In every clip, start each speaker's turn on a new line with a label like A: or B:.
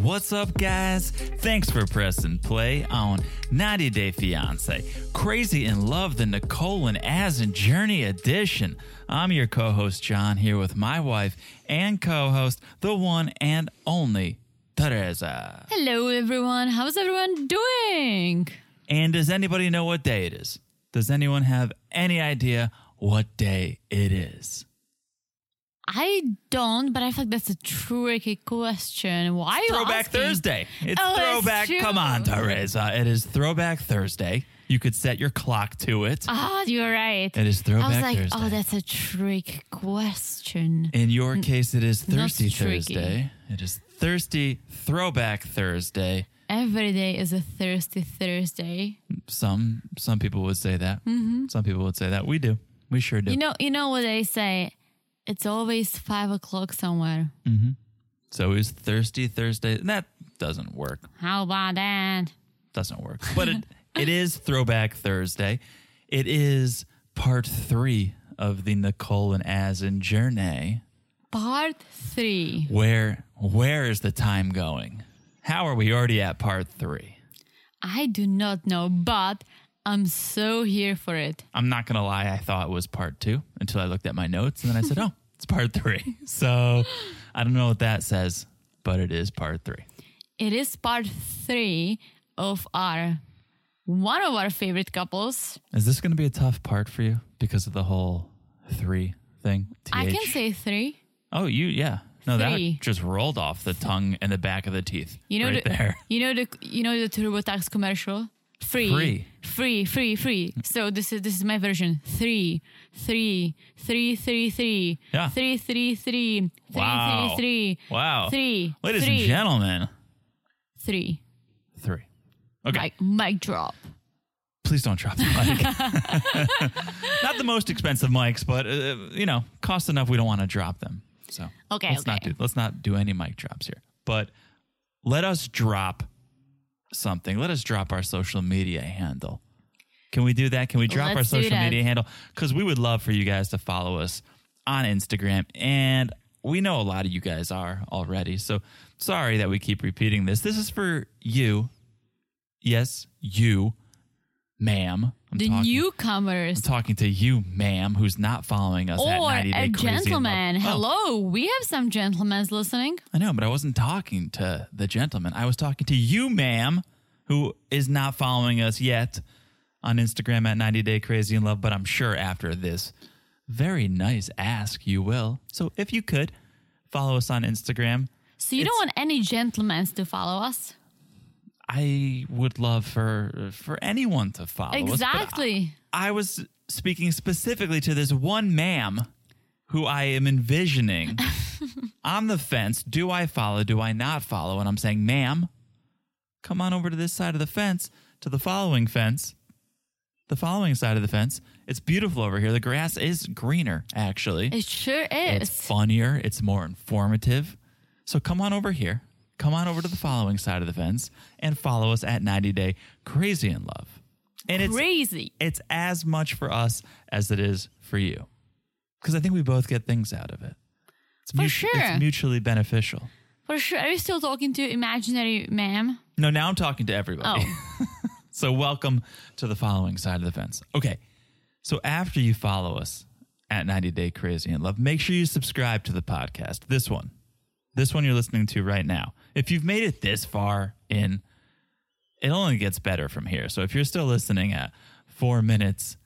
A: What's up, guys? Thanks for pressing play on 90 Day Fiance, Crazy in Love, the Nicole and As and Journey edition. I'm your co host, John, here with my wife and co host, the one and only Teresa.
B: Hello, everyone. How's everyone doing?
A: And does anybody know what day it is? Does anyone have any idea what day it is?
B: I don't, but I feel like that's a tricky question. Why? are you
A: Throwback
B: asking?
A: Thursday. It's
B: Oh, that's
A: Throwback.
B: true.
A: Come on, Teresa. It is Throwback Thursday. You could set your clock to it.
B: Ah, you're right.
A: It is Throwback
B: I was like,
A: Thursday.
B: oh, that's a trick question.
A: In your case, it is Thirsty
B: Hmm. tricky.
A: Thursday. It is Thirsty Throwback Thursday.
B: Every day is a thirsty Thursday.
A: Some some people would say that. Some people would say that. We do. We sure do.
B: Mm-hmm. You know, you know what they say. It's always five o'clock somewhere.
A: so it's Thirsty Thursday. And that doesn't work.
B: How about that?
A: Doesn't work. But it, it is Throwback Thursday. It is part three of the Nicole and As and Journey.
B: Part three.
A: Where where is the time going? How are we already at part three?
B: I do not know, but I'm so here for it.
A: I'm not gonna lie, I thought it was part two until I looked at my notes and then I said, Oh, it's part three. So I don't know what that says, but it is part three.
B: It is part three of our one of our favorite couples.
A: Is this gonna be a tough part for you because of the whole three thing?
B: I can
A: TH?
B: say three.
A: Oh you yeah. No,
B: Three.
A: that just rolled off the tongue and the back of the teeth.
B: You know
A: right
B: the,
A: there.
B: You know the you know the TurboTax commercial. Free,
A: Free.
B: free, free, free. So this is this is my version. Three, three, three, three, three,
A: Yeah.
B: three, three, three,
A: Wow.
B: three, three, three,
A: Wow.
B: three,
A: Ladies
B: three,
A: and gentlemen.
B: three.
A: Three. Okay.
B: Like mic drop.
A: Please don't drop the mic. not the most expensive mics, but uh, you know, cost enough we don't want to drop them. So
B: Okay,
A: let's not
B: okay.
A: do let's not do any mic drops here. But let us drop something. Let us drop our social media handle. Can we do that? Can we drop
B: Let's
A: our
B: do
A: social
B: that.
A: media handle? Because we would love for you guys to follow us on Instagram. And we know a lot of you guys are already. So sorry that we keep repeating this. This is for you. Yes, you, ma'am. I'm
B: The
A: talking-
B: newcomers.
A: I'm talking to you, ma'am, who's not following us at
B: Or
A: 90 Day
B: a
A: Crazy in Love.
B: gentleman.
A: Oh,
B: Hello. We have some gentlemen listening.
A: I know, but I wasn't talking to the gentleman. I was talking to you, ma'am, who is not following us yet on Instagram at 90 Day Crazy in Love, but I'm sure after this very nice ask you will. So if you could follow us on Instagram,
B: So you don't want any gentlemen to follow us?
A: I would love for for anyone to follow us. but
B: Exactly.
A: I was speaking specifically to this one ma'am who I am envisioning on the fence. Do I follow? Do I not follow? And I'm saying, ma'am, come on over to this side of the fence, to the following fence, the following side of the fence. It's beautiful over here. The grass is greener, actually.
B: It sure
A: It's
B: is.
A: funnier. It's more informative. So come on over here. Come on over to the following side of the fence and follow us at 90 Day Crazy in Love. And it's
B: Crazy.
A: it's as much for us as it is for you. Because I think we both get things out of it. It's
B: For sure.
A: It's mutually beneficial.
B: For sure. Are you still talking to imaginary ma'am?
A: No, now I'm talking to everybody.
B: Oh,
A: So, welcome to the following side of the fence. Okay. So, after you follow us at 90 Day Crazy in Love, make sure you subscribe to the podcast. This one, this one you're listening to right now. If you've made it this far in, it only gets better from here. So, if you're still listening at four minutes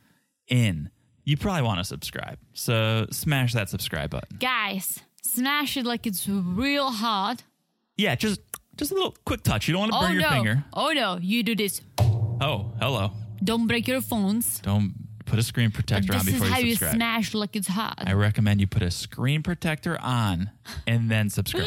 A: in, you probably want to subscribe. So, smash that subscribe button.
B: guys, smash it like it's real hard.
A: Yeah, just just a little quick touch. You don't want to
B: Oh
A: burn
B: no.
A: your finger.
B: Oh no, you do this.
A: Oh, hello.
B: Don't break your phones.
A: Don't put a screen protector on
B: This is
A: before
B: how
A: you
B: you
A: subscribe.
B: smash like it's hot.
A: I recommend you put a screen protector on and then subscribe,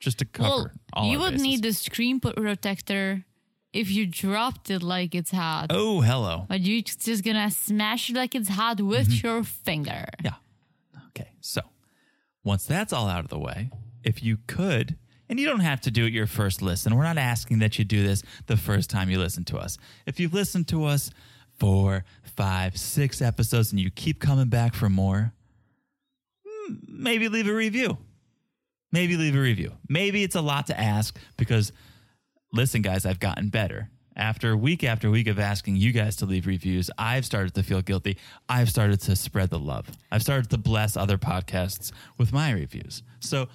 A: just to cover
B: well,
A: all.
B: you
A: our
B: would
A: bases.
B: need the screen pro- protector if you dropped it like it's hot.
A: Oh, hello.
B: But you're just gonna smash it like it's hot with
A: Mm-hmm.
B: your finger.
A: Yeah. Okay. So once that's all out of the way, if you could, and you don't have to do it your first listen, we're not asking that you do this the first time you listen to us. If you've listened to us four, five, six episodes and you keep coming back for more, mm, maybe leave a review. Maybe leave a review. Maybe it's a lot to ask because listen, guys, I've gotten better. After week after week of asking you guys to leave reviews, I've started to feel guilty. I've started to spread the love. I've started to bless other podcasts with my reviews. So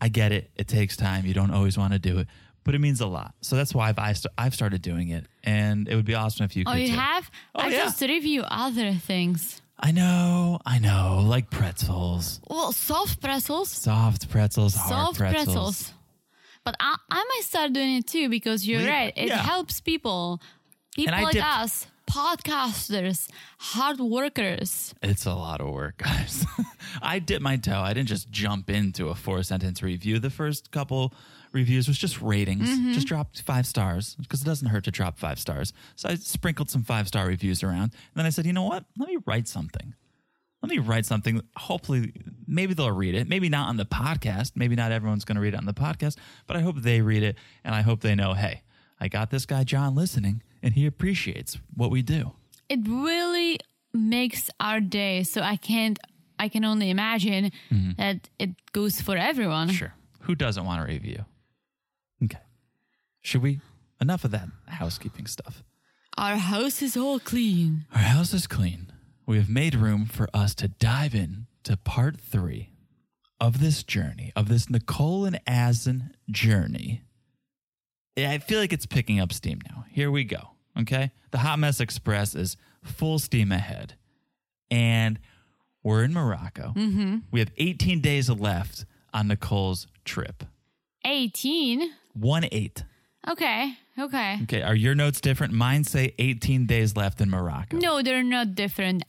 A: I get it. It takes time. You don't always want to do it, but it means a lot. So that's why I've, I st- I've started doing it. And it would be awesome if you could.
B: Oh, you
A: too.
B: have?
A: Oh,
B: I
A: yeah.
B: just review other things.
A: I know. I know. Like pretzels,
B: Well, soft pretzels,
A: soft pretzels, hard
B: soft
A: pretzels.
B: pretzels. But I, I might start doing it too because you're
A: We-
B: right. It
A: yeah.
B: helps people, people
A: I
B: like
A: dipped-
B: us, podcasters, hard workers.
A: It's a lot of work, guys. I dipped my toe. I didn't just jump into a four sentence review. The first couple reviews was just ratings. Just dropped five stars because it doesn't hurt to drop five stars. So I sprinkled some five star reviews around. And then I said, you know what? Let me write something. Let me write something. Hopefully, maybe they'll read it. Maybe not on the podcast. Maybe not everyone's going to read it on the podcast, but I hope they read it. And I hope they know, hey, I got this guy, John, listening, and he appreciates what we do.
B: It really makes our day. So I can't, I can only imagine
A: Mm-hmm.
B: that it goes for everyone.
A: Sure. Who doesn't want a review? Mm-hmm. Okay. Should we? Enough of that housekeeping stuff.
B: Our house is all clean.
A: Our house is clean. We have made room for us to dive in to part three of this journey, of this Nicole and Asin journey. Yeah, I feel like it's picking up steam now. Here we go. Okay. The Hot Mess Express is full steam ahead. And we're in Morocco. We have 18 days left on Nicole's trip.
B: 18.
A: One eight.
B: Okay. Okay.
A: Okay, are your notes different? Mine say 18 days left in Morocco.
B: No, they're not different.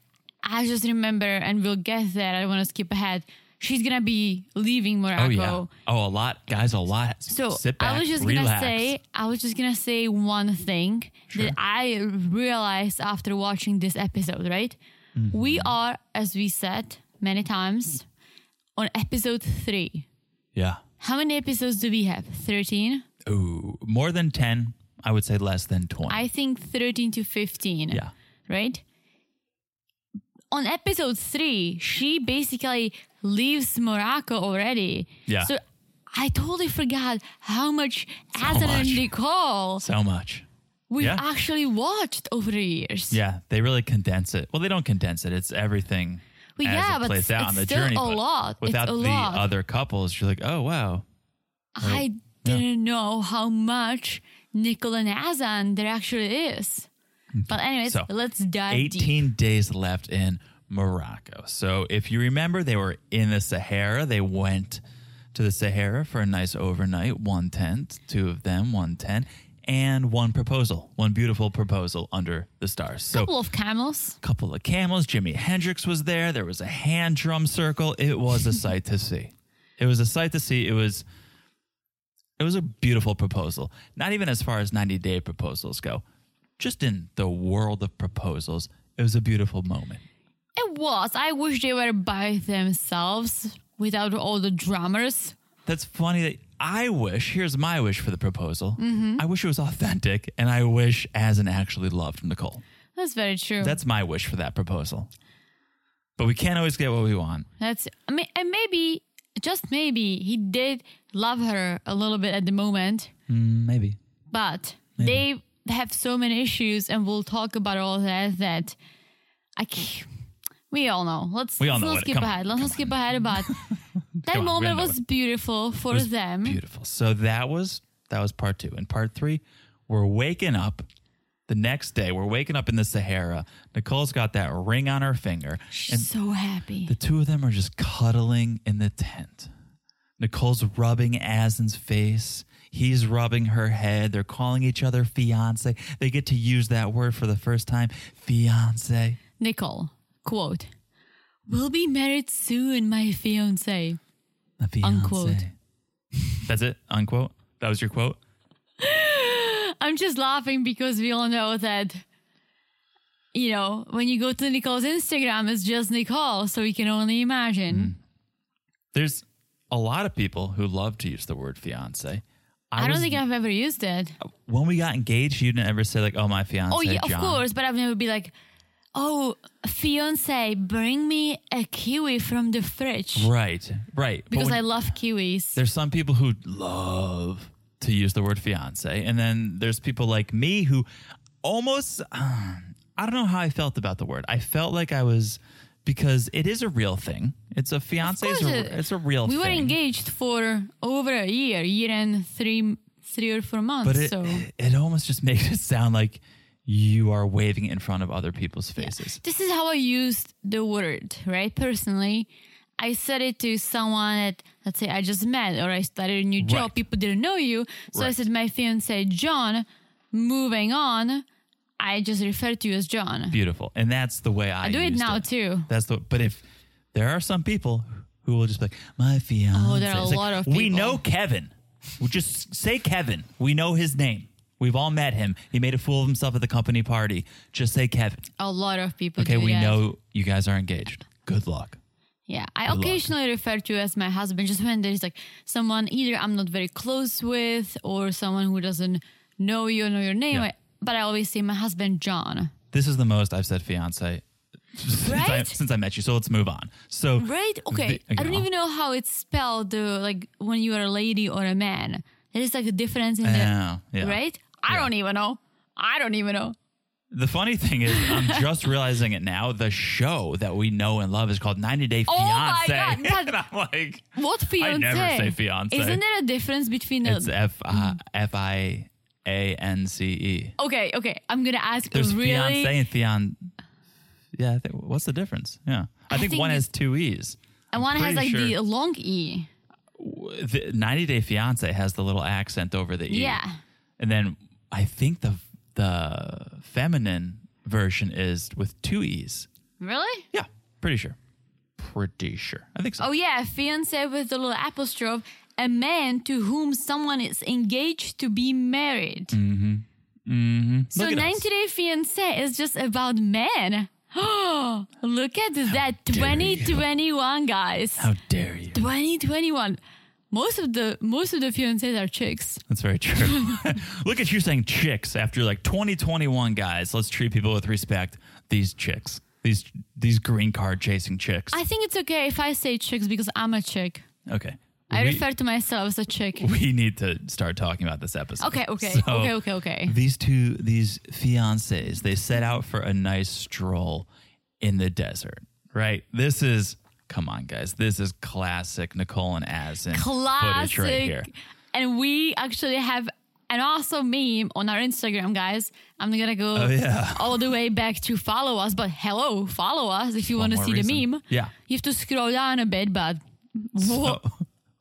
B: I just remember, and we'll get there. I want to skip ahead. She's gonna be leaving Morocco.
A: Oh yeah. Oh, a lot, guys. A lot.
B: So
A: sit back.
B: I was just
A: relax.
B: gonna say, I was just gonna say one thing
A: Sure.
B: that I realized after watching this episode. Right,
A: Mm-hmm.
B: we are, as we said many times, on episode three.
A: Yeah.
B: How many episodes do we have? Thirteen.
A: Ooh, more than 10. I would say less than 20.
B: I think thirteen to fifteen.
A: yeah.
B: right? On episode three, she basically leaves Morocco already.
A: Yeah.
B: So I totally forgot how much so
A: much.
B: and Nicole
A: So much.
B: we've
A: Yeah.
B: actually watched over the years.
A: Yeah, they really condense it. Well, they don't condense it. It's everything.
B: Well,
A: as
B: yeah,
A: it
B: but
A: plays
B: it's-
A: out
B: it's
A: on the
B: still
A: journey.
B: a
A: but
B: lot. It's
A: Without
B: a
A: the
B: lot.
A: other couples, you're like, oh wow.
B: I didn't know how much Nicole and Azan there actually is. But anyways,
A: So,
B: let's dive deep.
A: 18 days left in Morocco. So if you remember, they were in the Sahara. They went to the Sahara for a nice overnight, one tent, two of them, one tent, and one proposal, one beautiful proposal under the stars. So
B: Couple of camels.
A: couple of camels. Jimi Hendrix was there. There was a hand drum circle. It was a sight to see. It was a sight to see. It was it was a beautiful proposal. Not even as far as 90 day proposals go. Just in the world of proposals, it was a beautiful moment.
B: It was. I wish they were by themselves without all the drummers.
A: That's funny that I wish, here's my wish for the proposal. I wish it was authentic and I wish as an actually loved Nicole.
B: That's very true.
A: That's my wish for that proposal. But we can't always get what we want.
B: That's I mean, and maybe just maybe he did love her a little bit at the moment,
A: Maybe.
B: but they have so many issues, and we'll talk about all that. That I can't, we all know. Let's
A: We all know it.
B: let's not skip
A: Come on.
B: ahead. Let's not skip ahead about that
A: Come on, we all
B: moment
A: know
B: was beautiful for
A: was
B: them.
A: Beautiful. So that was that was part two. And part three, we're waking up the next day. We're waking up in the Sahara. Nicole's got that ring on her finger.
B: She's so happy.
A: The two of them are just cuddling in the tent. Nicole's rubbing Asin's face. He's rubbing her head. They're calling each other fiance. They get to use that word for the first time. Fiance.
B: Nicole quote: "We'll be married soon, my fiance."
A: A fiance.
B: Unquote.
A: That's it. Unquote. That was your quote.
B: I'm just laughing because we all know that, you know, when you go to Nicole's Instagram, it's just Nicole. So we can only
A: Mm.
B: imagine.
A: There's a lot of people who love to use the word fiance.
B: I don't
A: was-
B: think I've ever used it.
A: when we got engaged, you didn't ever say like, "Oh, my fiance."
B: oh, yeah,
A: John.
B: of course. But I've never been like, oh, fiance, bring me a kiwi from the fridge
A: Right, right. But
B: because
A: when-
B: I love kiwis.
A: there's some people who love to use the word fiance, and then there's people like me who almost uh, I don't know how I felt about the word. I felt like I was because it is a real thing. It's a fiance. Is
B: course
A: a,
B: it-
A: it's a real.
B: We
A: thing.
B: were engaged for over a year, year and three, three or four months.
A: But it,
B: so
A: it almost just makes it sound like you are waving it in front of other people's faces.
B: this is how I used the word, right? Personally, I said it to someone that, let's say, I just met or I started a new job,
A: Right.
B: people didn't know you. So I
A: Right.
B: said, my fiance, John, moving on, I just refer to you as John.
A: Beautiful, and that's the way I,
B: I do it
A: used
B: now too.
A: That's the. But if there are some people who will just be like, my fiance.
B: Oh, there are a
A: It's like,
B: lot of
A: We
B: people."
A: know Kevin. We just say Kevin. We know his name. We've all met him. He made a fool of himself at the company party. Just say Kevin.
B: A lot of people
A: Okay,
B: do
A: we
B: that.
A: know you guys are engaged. Good luck.
B: Yeah, I occasionally refer to as my husband just when there's like someone either I'm not very close with or someone who doesn't know you or know your name.
A: Yeah.
B: I- but I always say my husband John.
A: This is the most I've said fiance since, I,
B: Right?
A: since I met you. So let's move on. So
B: Right? Okay.
A: The-
B: I don't
A: yeah.
B: even know how it's spelled uh, like when you are a lady or a man. There is like a difference in the
A: Yeah, yeah.
B: right? I
A: Yeah.
B: don't even know. I don't even know.
A: The funny thing is, I'm just realizing it now. The show that we know and love is called 90 Day
B: Oh my
A: Fiance.
B: God, that-
A: and I'm like,
B: What fiance?
A: never say fiance.
B: Isn't there a difference between
A: it's
B: the Mm-hmm.
A: F I F I A N C E.
B: Okay, okay. I'm gonna ask
A: There's
B: a really
A: fiance and fian. Yeah, I think, what's the difference? Yeah, I,
B: I
A: think,
B: think
A: one
B: it-
A: has two e's.
B: and one has like
A: pretty
B: the
A: sure.
B: long E.
A: The 90 Day Fiance has the little accent over the e.
B: Yeah.
A: and then I think the the feminine version is with two e's.
B: Really?
A: Yeah, pretty sure. Pretty sure. I think so.
B: Oh yeah, fiance with a little apostrophe, a man to whom someone is engaged to be married. Mm-hmm. Mm-hmm. So
A: Look at us.
B: 90 Day Fiance is just about men. Oh, look at that
A: dare
B: 2021 guys.
A: How dare you?
B: 2021. Most of the most of the fiancés are chicks.
A: That's very true. Look at you saying chicks after like 2021 guys. Let's treat people with respect. These chicks, these these green card chasing chicks.
B: I think it's okay if I say chicks because I'm a chick.
A: okay.
B: I
A: we,
B: refer to myself as a chick.
A: we need to start talking about this episode.
B: Okay, okay,
A: So,
B: okay, okay, okay.
A: These two, these fiancés, they set out for a nice stroll in the desert, right? This is, come on, guys. This is classic Nicole and Asin
B: classic.
A: footage right here.
B: And we actually have an awesome meme on our Instagram, guys. I'm not gonna go
A: Oh, yeah.
B: all the way back to follow us, but hello, follow us if you
A: One
B: want to
A: more
B: see the
A: reason.
B: meme.
A: Yeah.
B: you have to scroll down a bit, but whoa,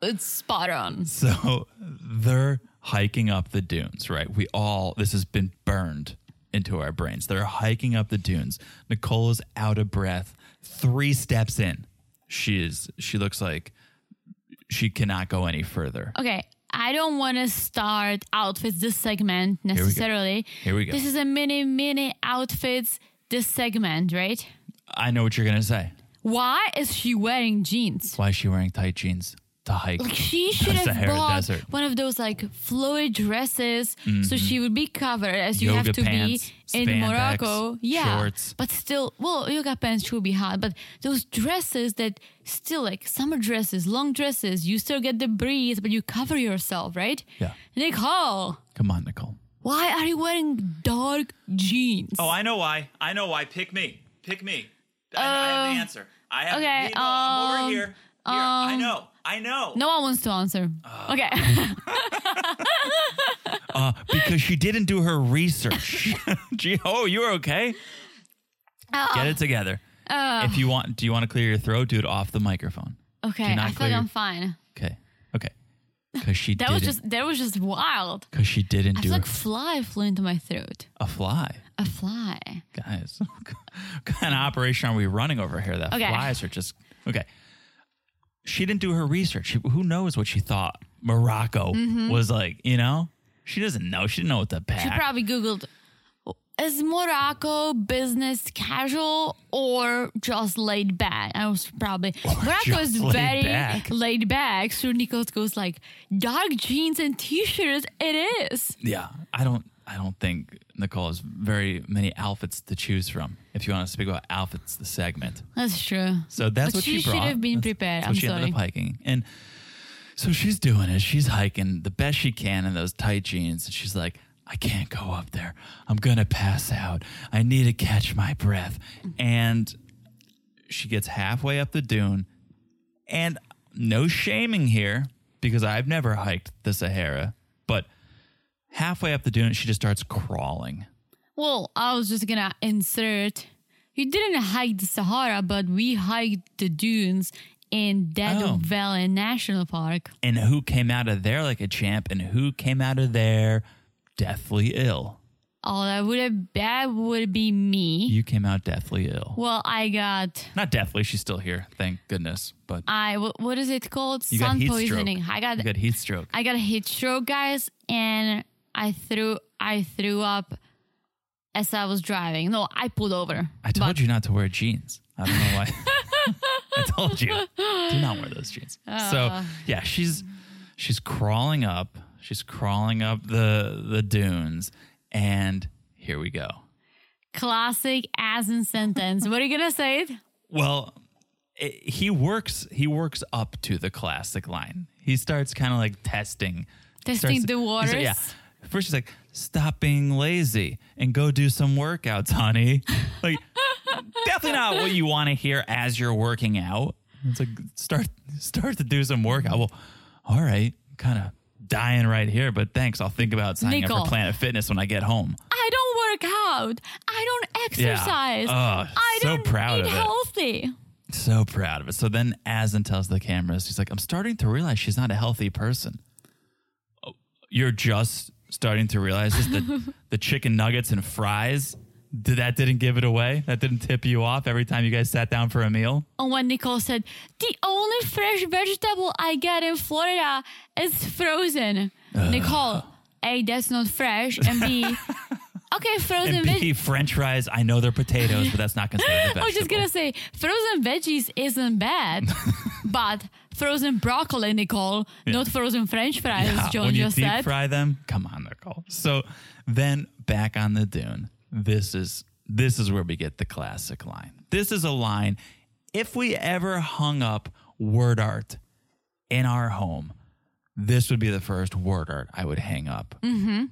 A: Oh.
B: it's spot on.
A: So they're hiking up the dunes, right? We all, this has been burned into our brains. They're hiking up the dunes. Nicole is out of breath, three steps in. She is, she looks like she cannot go any further.
B: Okay. I don't want to start outfits this segment
A: go.
B: necessarily.
A: Here we go.
B: This is a mini, mini outfits this segment, right?
A: I know what you're going to say.
B: Why is she wearing jeans?
A: Why is she wearing tight jeans to hike?
B: Like she should have
A: Sahara
B: bought
A: Desert. Mm-hmm.
B: one of those like flowy dresses, so she would be covered as you
A: Yoga
B: have to
A: pants,
B: be in
A: spandex,
B: Morocco. Yeah,
A: shorts.
B: but still, well, yoga pants should be hot, but those dresses that still like summer dresses, long dresses, you still get the breeze, but you cover yourself, right?
A: Yeah.
B: Nicole,
A: Come on, Nicole.
B: why are you wearing dark jeans?
A: Oh, I know why. I know why. Pick me. Pick me. I, I have the answer. I have.
B: Um, okay,
A: you know, I'm
B: um,
A: over here. Here, I know. I know.
B: no one wants to answer.
A: Uh,
B: okay,
A: because she didn't do her research. Gee, oh, you're okay.
B: Oh.
A: Get it together. if you want, do you want to clear your throat? Do it off the microphone.
B: okay,
A: not
B: I feel
A: clear.
B: like I'm fine.
A: Okay. Okay. Because she
B: That
A: didn't.
B: was just that was just wild.
A: because she didn't
B: I
A: do
B: feel
A: her-
B: like fly flew into my throat.
A: a fly,
B: A fly.
A: guys. what kind of operation are we running over here? That
B: Okay.
A: flies are just okay. She didn't do her research. She, who knows what she thought Morocco was like? You know, she doesn't know. She didn't know what to pack.
B: Mm-hmm. She probably Googled is Morocco business casual or just laid back? I was probably Morocco
A: just
B: is
A: laid
B: very
A: back.
B: laid back. So Nichols goes like dark jeans and t-shirts. It is.
A: yeah, I don't. I don't think Nicole has very many outfits to choose from. If you want to speak about outfits, the segment.
B: That's true.
A: So that's
B: But
A: what she,
B: she should
A: brought.
B: have been
A: That's-
B: prepared.
A: that's
B: I'm
A: what she ended up
B: sorry.
A: hiking, and so she's doing it. She's hiking the best she can in those tight jeans, and she's like, "I can't go up there. I'm gonna pass out. I need to catch my breath." And she gets halfway up the dune, and no shaming here because I've never hiked the Sahara, but halfway up the dune, she just starts crawling.
B: Well, I was just gonna insert. You didn't hike the Sahara, but we hiked the dunes in Dead
A: Oh.
B: Valley National Park.
A: and who came out of there like a champ and who came out of there deathly ill.
B: Oh, that would have that would be me.
A: You came out deathly ill.
B: Well, I got
A: Not deathly, she's still here, thank goodness. But
B: I wh- what is it called?
A: You got
B: Sun
A: heat stroke.
B: poisoning. I got
A: you got heat stroke.
B: I got a heat stroke, guys, and I threw I threw up as I was driving. No, I pulled over.
A: I told you not to wear jeans. I don't know why. I told you. Do not wear those jeans. so yeah, she's she's crawling up. She's crawling up the the dunes. And here we go.
B: Classic as in sentence. what are you gonna say? It?
A: Well, it, he works. He works up to the classic line. He starts kind of like testing,
B: Testing the
A: he's like-
B: waters?
A: Yeah. First, he's like, "Stop being lazy and go do some workouts, honey." Like, definitely not what you want to hear as you're working out. It's like start start to do some workout. Well, all right, kind of dying right here, but thanks. I'll think about signing up
B: Nicole.
A: for Planet Fitness when I get home.
B: I don't work out. I don't exercise.
A: Yeah. Oh,
B: I
A: so
B: don't
A: proud
B: eat
A: of it.
B: healthy.
A: So proud of it. So then Aslan tells the cameras, he's like, I'm starting to realize she's not a healthy person. Oh, You're just starting to realize this. The, the chicken nuggets and fries, did, that didn't give it away. That didn't tip you off every time you guys sat down for a meal.
B: And when Nicole said, the only fresh vegetable I get in Florida is frozen.
A: Uh.
B: Nicole, A, that's not fresh. And B, okay, frozen
A: And
B: veggies.
A: B, french fries, I know they're potatoes, but that's not considered a vegetable.
B: I was just going to say, frozen veggies isn't bad, but frozen broccoli, Nicole, not frozen french fries,
A: Yeah,
B: John
A: when you
B: just
A: deep
B: said.
A: fry them, come on, Nicole. So then back on the dune, this is this is where we get the classic line. This is a line. If we ever hung up word art in our home, this would be the first word art I would hang up. Mm-hmm.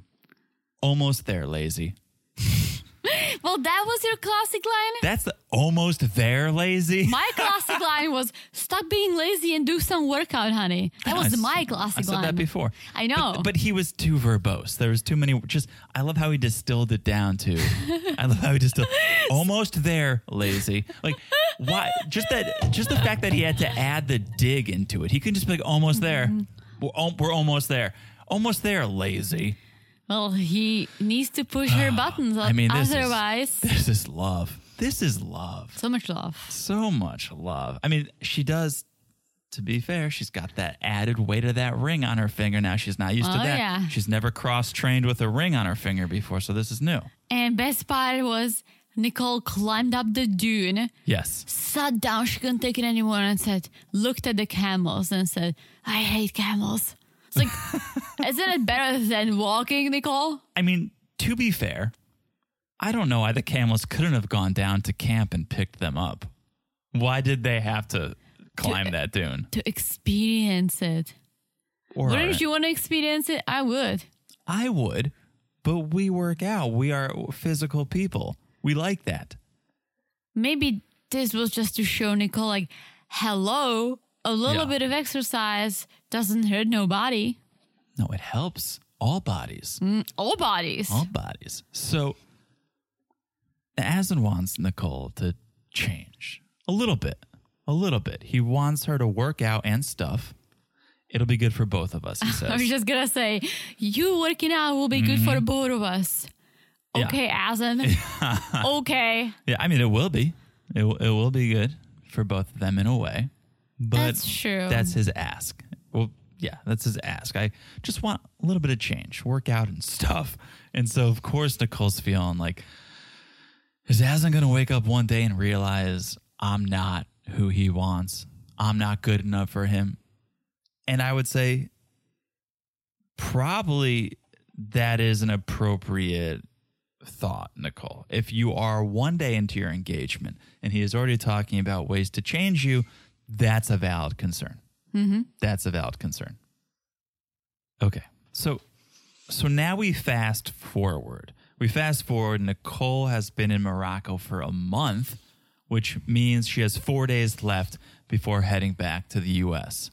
A: Almost there, lazy.
B: well, that was your classic line.
A: That's the, almost there, lazy.
B: My classic line was stop being lazy and do some workout, honey. That
A: I
B: was
A: s-
B: my classic
A: I said
B: line.
A: that before.
B: I
A: But-
B: know.
A: But, he was too verbose. There was too many. Just I love how he distilled it down to. I love how he distilled. Almost there, lazy. Like why? Just that. Just the fact that he had to add the dig into it. He could just be like almost there.
B: Mm-hmm.
A: We're, al- we're almost there. Almost there, lazy.
B: Well, he needs to push her buttons.
A: Ah, I mean, this is-
B: otherwise,
A: This is love. This is love.
B: so much love.
A: So much love. I mean, she does. To be fair, she's got that added weight of that ring on her finger now. She's not used to
B: Oh,
A: that.
B: yeah.
A: She's never cross trained with a ring on her finger before, so this is new.
B: And best part was Nicole climbed up the dune,
A: Yes.
B: sat down. She couldn't take it anymore, and said, looked at the camels and said, "I hate camels." It's like, isn't it better than walking, Nicole?
A: I mean, to be fair, I don't know why the camels couldn't have gone down to camp and picked them up. Why did they have to climb that dune?
B: To experience it.
A: Or
B: Wouldn't you want to experience it? I would.
A: I would, but we work out. We are physical people. We like that.
B: maybe this was just to show Nicole, like, hello, a little
A: Yeah.
B: bit of exercise doesn't hurt nobody.
A: No, it helps all bodies.
B: All bodies.
A: All bodies. So, Asin wants Nicole to change a little bit. A little bit. He wants her to work out and stuff. It'll be good for both of us, he says.
B: I was just gonna say, you working out will be good for both of us.
A: Mm-hmm. Yeah.
B: Okay, Asen. okay.
A: Yeah, I mean, it will be. It, will- it will be good for both of them in a way. But
B: That's true.
A: That's his ask. Well, yeah, that's his ask. I just want a little bit of change, workout and stuff. And so, of course, Nicole's feeling like, is Aslan going to wake up one day and realize I'm not who he wants? I'm not good enough for him. And I would say, probably that is an appropriate thought, Nicole. If you are one day into your engagement and he is already talking about ways to change you, that's a valid concern. That's a valid concern. Okay. So so now we fast forward. We fast forward. Nicole has been in Morocco for a month, which means she has four days left before heading back to the US.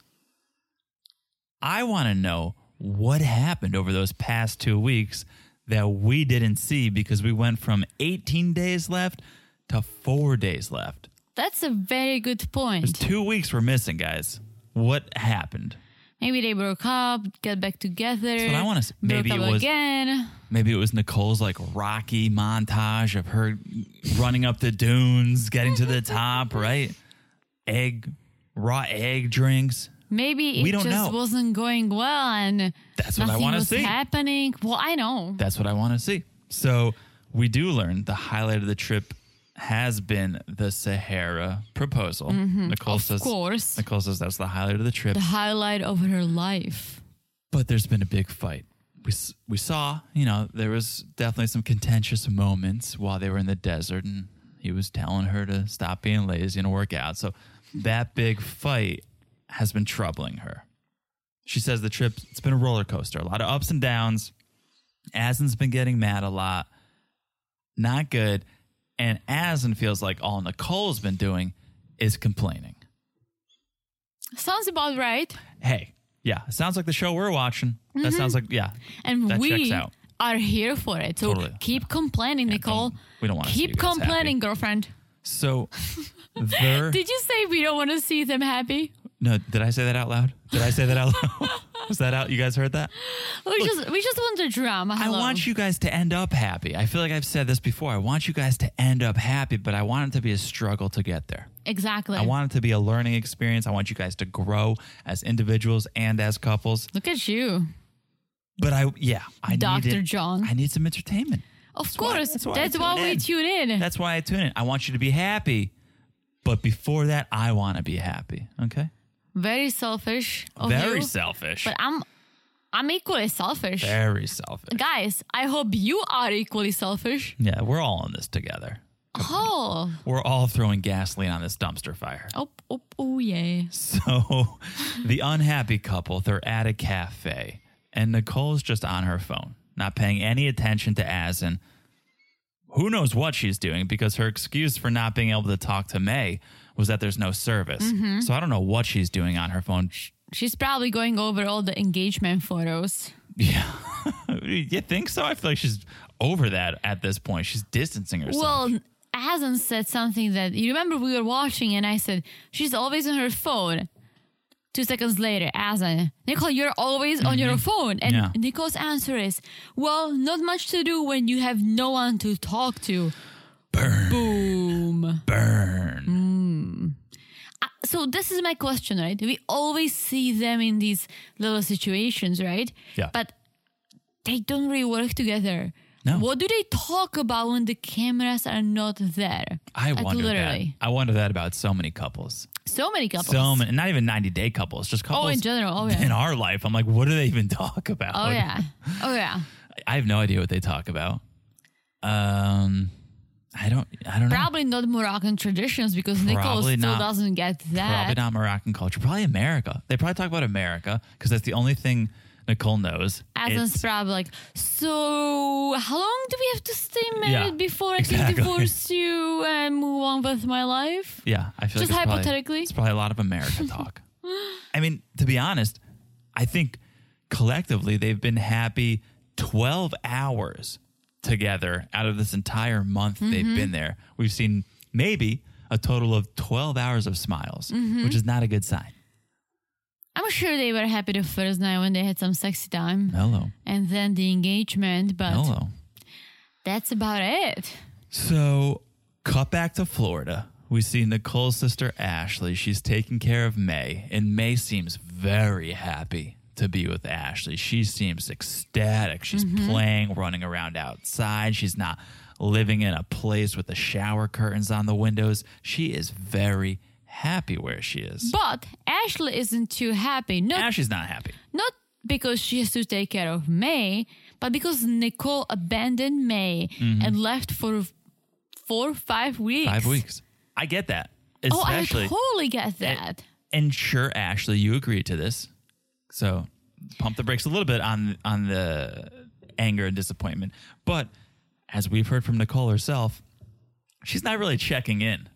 A: I want to know what happened over those past two weeks that we didn't see because we went from 18 days left to four days left.
B: That's a very good
A: There's
B: point.
A: two weeks we're missing, guys. What happened?
B: Maybe they broke up, got back together.
A: what I wanna s- maybe
B: broke
A: it
B: up
A: was-
B: again.
A: Maybe it was Nicole's like rocky montage of her running up the dunes, getting to the top, right? Egg, raw egg drinks.
B: Maybe it
A: We don't
B: just
A: know.
B: wasn't going well, and
A: That's what I
B: nothing
A: wanna
B: was
A: see.
B: happening. Well, I know.
A: That's what I want to see. So we do learn the highlight of the trip has been the Sahara proposal. Nicole says,
B: Mm-hmm. course.
A: Nicole says that's the highlight of the trip.
B: the highlight of her life.
A: but there's been a big fight. We, s- we saw, you know, there was definitely some contentious moments while they were in the desert, and he was telling her to stop being lazy and work out. So that big fight has been troubling her. She says the trip, it's been a roller coaster, a lot of ups and downs. Asin's been getting mad a lot, not good. And Asin feels like all Nicole's been doing is complaining.
B: Sounds about right.
A: Hey, yeah, sounds like the show we're watching. That sounds like, yeah,
B: And
A: That checks
B: we
A: out.
B: are here for it. So
A: Totally.
B: keep complaining, Nicole.
A: don't- we don't wanna see you
B: Keep
A: guys happy.
B: complaining, girlfriend.
A: So there.
B: Did you say we don't want to see them happy?
A: no, did I say that out loud? Did I say that out loud? Was that out? You guys heard that?
B: We just we just want the drama.
A: I
B: Hello.
A: want you guys to end up happy. I feel like I've said this before. I want you guys to end up happy, but I want it to be a struggle to get there.
B: exactly.
A: I want it to be a learning experience. I want you guys to grow as individuals and as couples.
B: Look at you,
A: But I, yeah, I need
B: Doctor
A: it-
B: John.
A: I need some entertainment.
B: of
A: why-
B: course,
A: that's
B: that's
A: why I
B: why,
A: tune
B: we
A: in.
B: tune in.
A: That's why I tune in. I want you to be happy, but before that, I want to be happy. Okay,
B: Very selfish of
A: very
B: Oh, you,
A: selfish.
B: but I'm I'm equally selfish.
A: very selfish.
B: Guys, I hope you are equally selfish.
A: Yeah, we're all in this together.
B: Oh,
A: We're all throwing gasoline on this dumpster fire.
B: oh, oh, oh yeah.
A: So the unhappy couple, they're at a cafe, and Nicole's just on her phone, not paying any attention to Asin. Who knows what she's doing because her excuse for not being able to talk to May was that there's no service. So I don't know what she's doing on her phone.
B: She's probably going over all the engagement photos.
A: Yeah. you think so? I feel like she's over that at this point. She's distancing herself.
B: Well, Asan said something that you remember we were watching, and I said she's always on her phone. Two seconds later, Asan, Nicole, you're always on your phone, and
A: Mm-hmm. Yeah.
B: Nicole's answer is, "Well, not much to do when you have no one to talk to."
A: burn,
B: Boom.
A: burn.
B: So this is my question, right? We always see them in these little situations, right?
A: Yeah.
B: But they don't really work together.
A: No.
B: What do they talk about when the cameras are not there?
A: I
B: Like,
A: wonder
B: literally.
A: that. I wonder that about so many couples.
B: So many couples.
A: So many, not even 90 day couples, just couples.
B: in general. Oh, yeah.
A: In our life, I'm like, what do they even talk about?
B: Oh yeah. Oh yeah.
A: I have no idea what they talk about. Um, I don't, I don't know.
B: Probably not Moroccan traditions because Nicole
A: Probably
B: still
A: not.
B: doesn't get
A: Probably
B: that.
A: not Moroccan culture. Probably America. They probably talk about America because that's the only thing Nicole knows.
B: As in
A: It's-
B: it's probably like, so how long do we have to stay married before I
A: exactly.
B: can divorce you and move on with my life?
A: Yeah, I feel
B: Just
A: like it's probably-
B: hypothetically?
A: it's probably a lot of America talk. I mean, to be honest, I think collectively they've been happy 12 hours together out of this entire month
B: Mm-hmm.
A: they've been there. We've seen maybe a total of 12 hours of smiles,
B: Mm-hmm.
A: which is not a good sign.
B: I'm sure they were happy the first night when they had some sexy time
A: Hello.
B: and then the engagement, but
A: Hello.
B: that's about it.
A: So, cut back to Florida. We see Nicole's sister Ashley. She's taking care of May, and May seems very happy to be with Ashley. She seems ecstatic. She's
B: Mm-hmm.
A: playing, running around outside. She's not living in a place with the shower curtains on the windows. She is very happy where she is.
B: But Ashley isn't too happy. Not
A: Ashley's not happy.
B: not because she has to take care of May, But because Nicole abandoned May and left for four, five weeks.
A: Mm-hmm. Five weeks. I get that.
B: Oh, I
A: Especially, Eh,
B: totally get that.
A: and sure, Ashley, you agreed to this. So pump the brakes a little bit on on the anger and disappointment. But as we've heard from Nicole herself, she's not really checking in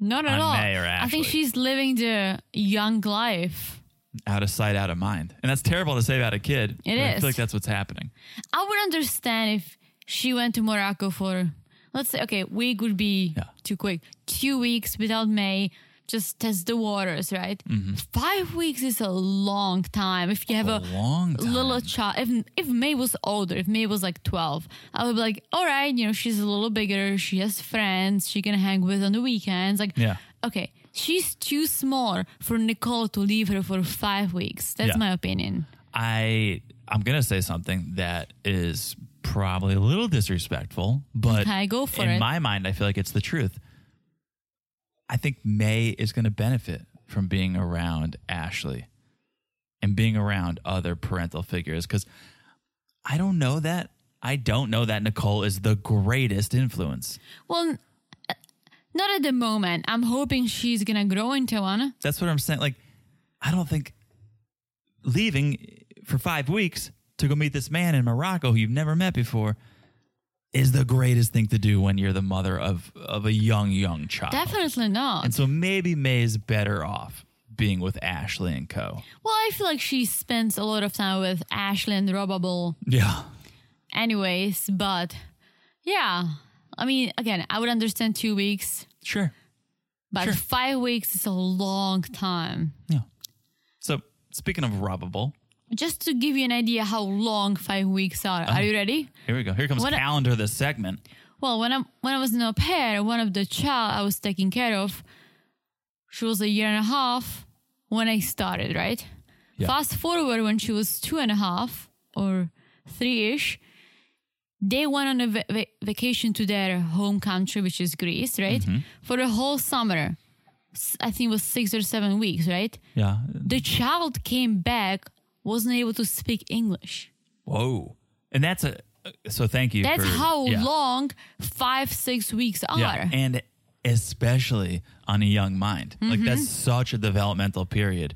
B: Not at
A: on
B: all.
A: May or
B: I
A: Ashley.
B: think she's living the young life.
A: out of sight, out of mind. And that's terrible to say about a kid. It
B: It
A: is. I
B: is.
A: feel like that's what's happening.
B: I would understand if she went to Morocco for, let's say, okay, week would be
A: Yeah.
B: too quick. Two weeks without May, just test the waters, right?
A: Mm-hmm.
B: Five weeks is a long time. If you have
A: A
B: a,
A: long time.
B: little child, if if May was older, if May was like twelve, I would be like, all right, you know, she's a little bigger. She has friends. She can hang with on the weekends. Like,
A: Yeah.
B: okay. She's too small for Nicole to leave her for five weeks. That's
A: Yeah.
B: my opinion.
A: I I'm gonna say something that is probably a little disrespectful, but
B: Okay, go for
A: in
B: it.
A: my mind, I feel like it's the truth. I think May is gonna benefit from being around Ashley and being around other parental figures because I don't know that I don't know that Nicole is the greatest influence.
B: Well, n- uh, not at the moment. I'm hoping she's gonna grow into one.
A: That's what I'm saying. Like, I don't think leaving for five weeks to go meet this man in Morocco who you've never met before is the greatest thing to do when you're the mother of of a young young child.
B: Definitely not.
A: And so maybe May is better off being with Ashley and Co.
B: well, I feel like she spends a lot of time with Ashley and Robable,
A: Yeah.
B: anyways. But yeah, I mean, again, I would understand two weeks,
A: Sure.
B: but
A: Sure.
B: five weeks is a long time.
A: Yeah. So speaking of robbable,
B: Just to give you an idea how long five weeks are.
A: Uh-huh.
B: Are you ready?
A: here we go. Here comes
B: What a-
A: calendar this segment.
B: Well, when I when I was in au pair, one of the child I was taking care of, she was a year and a half when I started, right?
A: Yeah.
B: Fast forward when she was two and a half or three ish, they went on a va- va- vacation to their home country, which is Greece, right?
A: Mm-hmm.
B: For the whole summer. S- I think it was six or seven weeks, right?
A: Yeah.
B: The child came back, wasn't able to speak English.
A: Whoa. And that's a so thank you.
B: That's
A: for-
B: how
A: yeah.
B: long five, six weeks are.
A: Yeah, and especially on a young mind. Like that's
B: Mm-hmm.
A: such a developmental period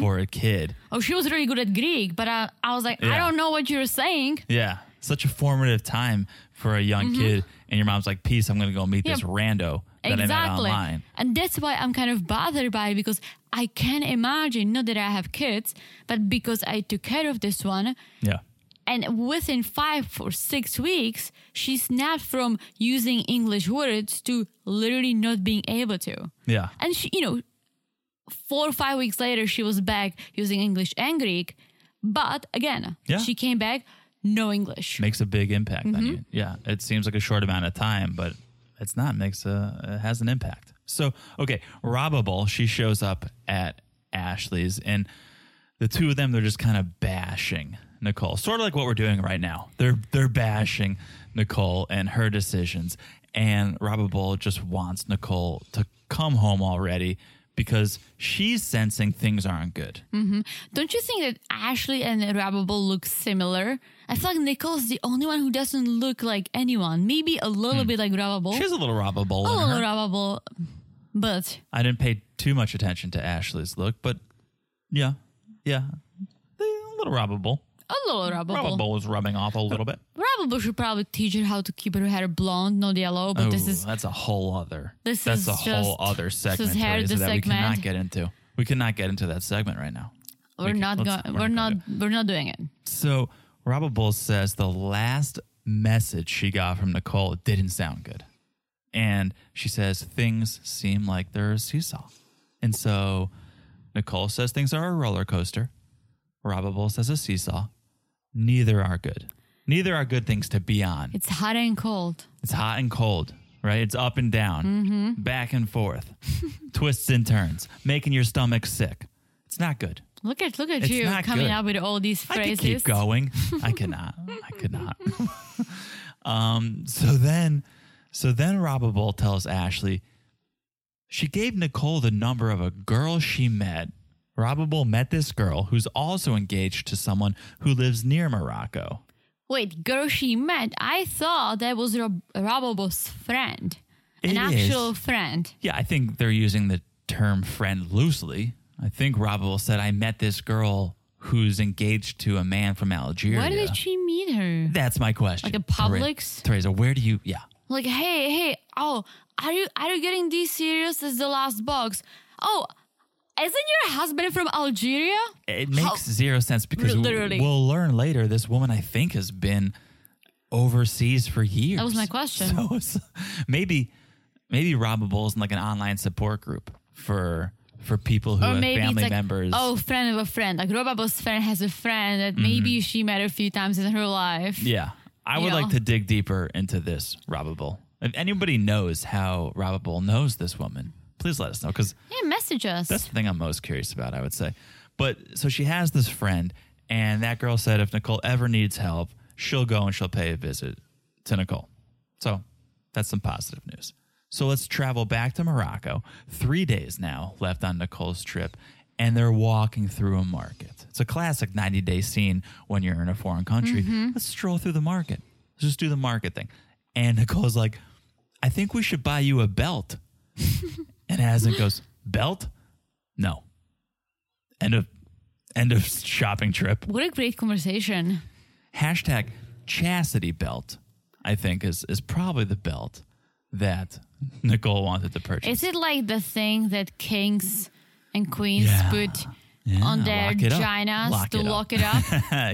A: for a kid.
B: Oh, she was really good at Greek, but I, I was like, I
A: Yeah.
B: don't know what you're saying.
A: Yeah, such a formative time for a young kid. And your mom's like, "Peace, I'm going to go meet this
B: Mm-hmm. Yeah.
A: rando that I met
B: exactly.
A: online."
B: And that's why I'm kind of bothered by it because I can imagine, not that I have kids, but because I took care of this one.
A: Yeah,
B: And within five or six weeks, she snapped from using English words to literally not being able to.
A: yeah,
B: And she, you know, four or five weeks later, she was back using English and Greek. But again,
A: Yeah.
B: she came back, no English.
A: makes a big impact on you. Yeah, it seems like a short amount of time, but it's not makes a it has an impact. So okay, robbable. She shows up at Ashley's, and the two of them they're just kind of bashing Nicole, sort of like what we're doing right now. They're they're bashing Nicole and her decisions, and robbable just wants Nicole to come home already because she's sensing things aren't good.
B: Don't you think that Ashley and Rabable look similar? I feel like Nicole's the only one who doesn't look like anyone. Maybe a little bit like Rabable.
A: Hmm. She's a little robbable.
B: a
A: in
B: little
A: her.
B: Rabable, but
A: I didn't pay too much attention to Ashley's look, but yeah, yeah, They- a little rubbable.
B: a little Rabable.
A: Rubbable was rubbing off a little bit.
B: Rabable should probably teach her how to keep her hair blonde, not yellow. But this
A: Ooh,
B: is
A: that's a whole other.
B: this
A: that's
B: is
A: a whole
B: just-
A: other
B: this is
A: segment
B: hair,
A: Teresa,
B: this
A: that we cannot
B: segment.
A: get into. We cannot get into that segment right now.
B: we're
A: Okay,
B: not
A: let's-
B: going. We're not. We're not doing it.
A: So Robert Bull says the last message she got from Nicole didn't sound good. And she says things seem like they're a seesaw. And so Nicole says things are a roller coaster. Robert Bull says a seesaw. Neither are good. Neither are good things to be on.
B: It's hot and cold.
A: It's hot and cold, right? It's up and down, back and forth, twists and turns, making your stomach sick. It's not good.
B: Look at look at
A: It's
B: you
A: not
B: coming
A: good.
B: up with all these
A: I
B: phrases.
A: could keep going. I could not. I could not. um, so then, so then Robable tells Ashley she gave Nicole the number of a girl she met. Robable met this girl who's also engaged to someone who lives near Morocco.
B: Wait, girl she met. I thought that was Rob- Robobo's friend, an
A: It
B: actual
A: is.
B: friend.
A: Yeah, I think they're using the term friend loosely. I think Robbo said, I met this girl who's engaged to a man from Algeria.
B: Where did she meet her?
A: That's my question.
B: Like a Publix?
A: Thera- Teresa, where do you, yeah.
B: Like, hey, hey, oh, are you are you getting these serious as the last box? Oh, isn't your husband from Algeria?
A: It makes zero sense because w-
B: Literally.
A: we'll learn later this woman, I think, has been overseas for years.
B: was my question.
A: So it's, maybe, maybe Robbo Bull's in like an online support group for for people who
B: Or
A: have
B: maybe
A: family
B: it's like,
A: members.
B: oh, friend of a friend. Like Robobo's friend has a friend that maybe she met a few times in her life.
A: Mm-hmm. Yeah. I
B: You
A: would like
B: know?
A: to dig deeper into this Robable. If anybody knows how Robable knows this woman, please let us know because
B: Yeah, message us.
A: that's the thing I'm most curious about, I would say. But so she has this friend, and that girl said if Nicole ever needs help, she'll go and she'll pay a visit to Nicole. So that's some positive news. So let's travel back to Morocco. Three days now left on Nicole's trip, and they're walking through a market. It's a classic 90 day scene when you're in a foreign country. Let's stroll through the market. Let's just do the market thing. And Nicole's like, I think we should buy you a belt. and Aslan goes, Belt? No. End of end of shopping trip.
B: what a great conversation.
A: Hashtag chastity belt, I think, is is probably the belt that Nicole wanted to purchase.
B: Is it like the thing that kings and queens
A: Yeah.
B: put
A: Yeah,
B: on their
A: lock it up.
B: vaginas
A: Lock
B: to
A: it up.
B: lock it up?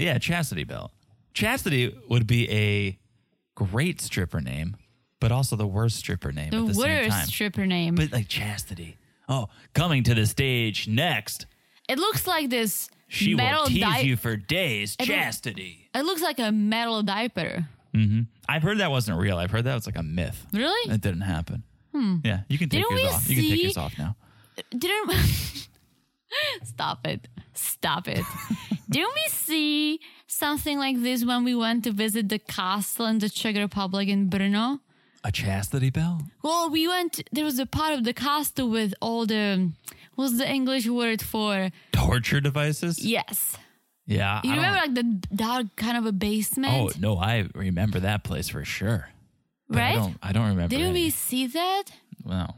A: yeah, chastity belt. Chastity would be a great stripper name, but also the worst stripper name
B: the
A: at the same
B: worst
A: time.
B: stripper name.
A: but like chastity. Oh, coming to the stage next.
B: it looks like this
A: She
B: metal
A: will tease
B: di-
A: you for days.
B: don't-
A: Chastity.
B: It looks like a metal diaper.
A: I've heard that wasn't real. I've heard that was like a myth.
B: Really?
A: It didn't happen. Yeah, you can take
B: Hmm. Didn't
A: yours
B: we
A: off. You can take
B: see-
A: yours off now.
B: Didn't Stop it. Stop it. Didn't we see something like this when we went to visit the castle in the Czech Republic in Brno?
A: A chastity bell?
B: Well, we went there was a part of the castle with all the what's the English word for
A: Torture devices?
B: yes.
A: Yeah.
B: You
A: I don't-
B: remember like the dark kind of a
A: Oh
B: basement?
A: no, I remember that place for sure. But I
B: Right?
A: don't. I don't remember.
B: Didn't
A: any-
B: we see that?
A: Well,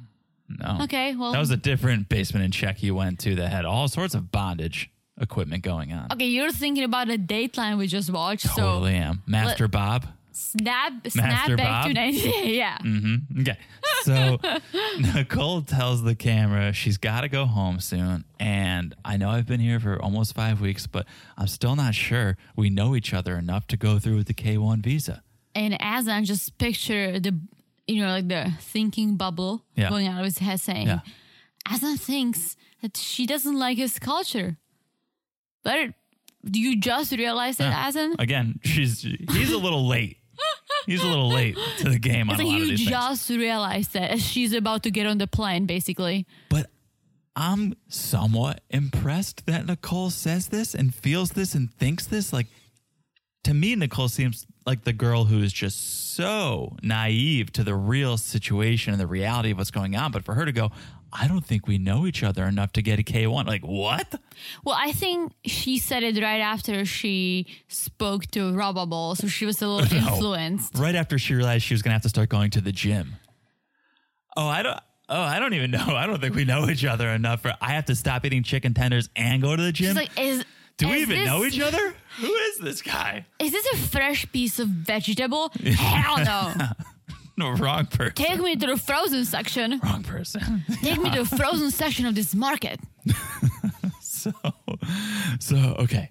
A: no.
B: Okay, well
A: Mm. That was a different basement in Czech you went to that had all sorts of bondage equipment going on.
B: Okay, you're thinking about a dateline we just watched,
A: Totally am. Master Bob.
B: so snap snap
A: Master
B: back
A: Bob? Mm.
B: to 90. yeah.
A: Mm-hmm. Okay. So Nicole tells the camera she's got to go home soon. And I know I've been here for almost five weeks, but I'm still not sure we know each other enough to go through with the K 1 visa.
B: And as I just picture the you know, like the thinking bubble
A: Yeah.
B: going out of his head saying
A: Yeah.
B: Aslan thinks that she doesn't like his culture. But do you just realize that,
A: Yeah.
B: Aslan?
A: Again, she's he's a little late. He's a little late to the game on
B: It's
A: a
B: like
A: lot of
B: you
A: these things.
B: just realized that as she's about to get on the plane, basically.
A: But I'm somewhat impressed that Nicole says this and feels this and thinks this. Like, to me, Nicole seems like the girl who is just so naive to the real situation and the reality of what's going on. But for her to go, I don't think we know each other enough to get a K1. Like, what?
B: Well, I think she said it right after she spoke to Robable, so she was a little
A: No.
B: influenced.
A: Right after she realized she was going to have to start going to the gym. Oh, I don't. Oh, I don't even know. I don't think we know each other enough. For I have to stop eating chicken tenders and go to the gym.
B: She's like, is
A: Do we
B: is
A: even
B: this-
A: know each other? Who is this guy?
B: Is this a fresh piece of vegetable? Hell no!
A: No, wrong person.
B: Take me to the frozen section.
A: wrong person.
B: Take me to the frozen section of this market.
A: so, so okay.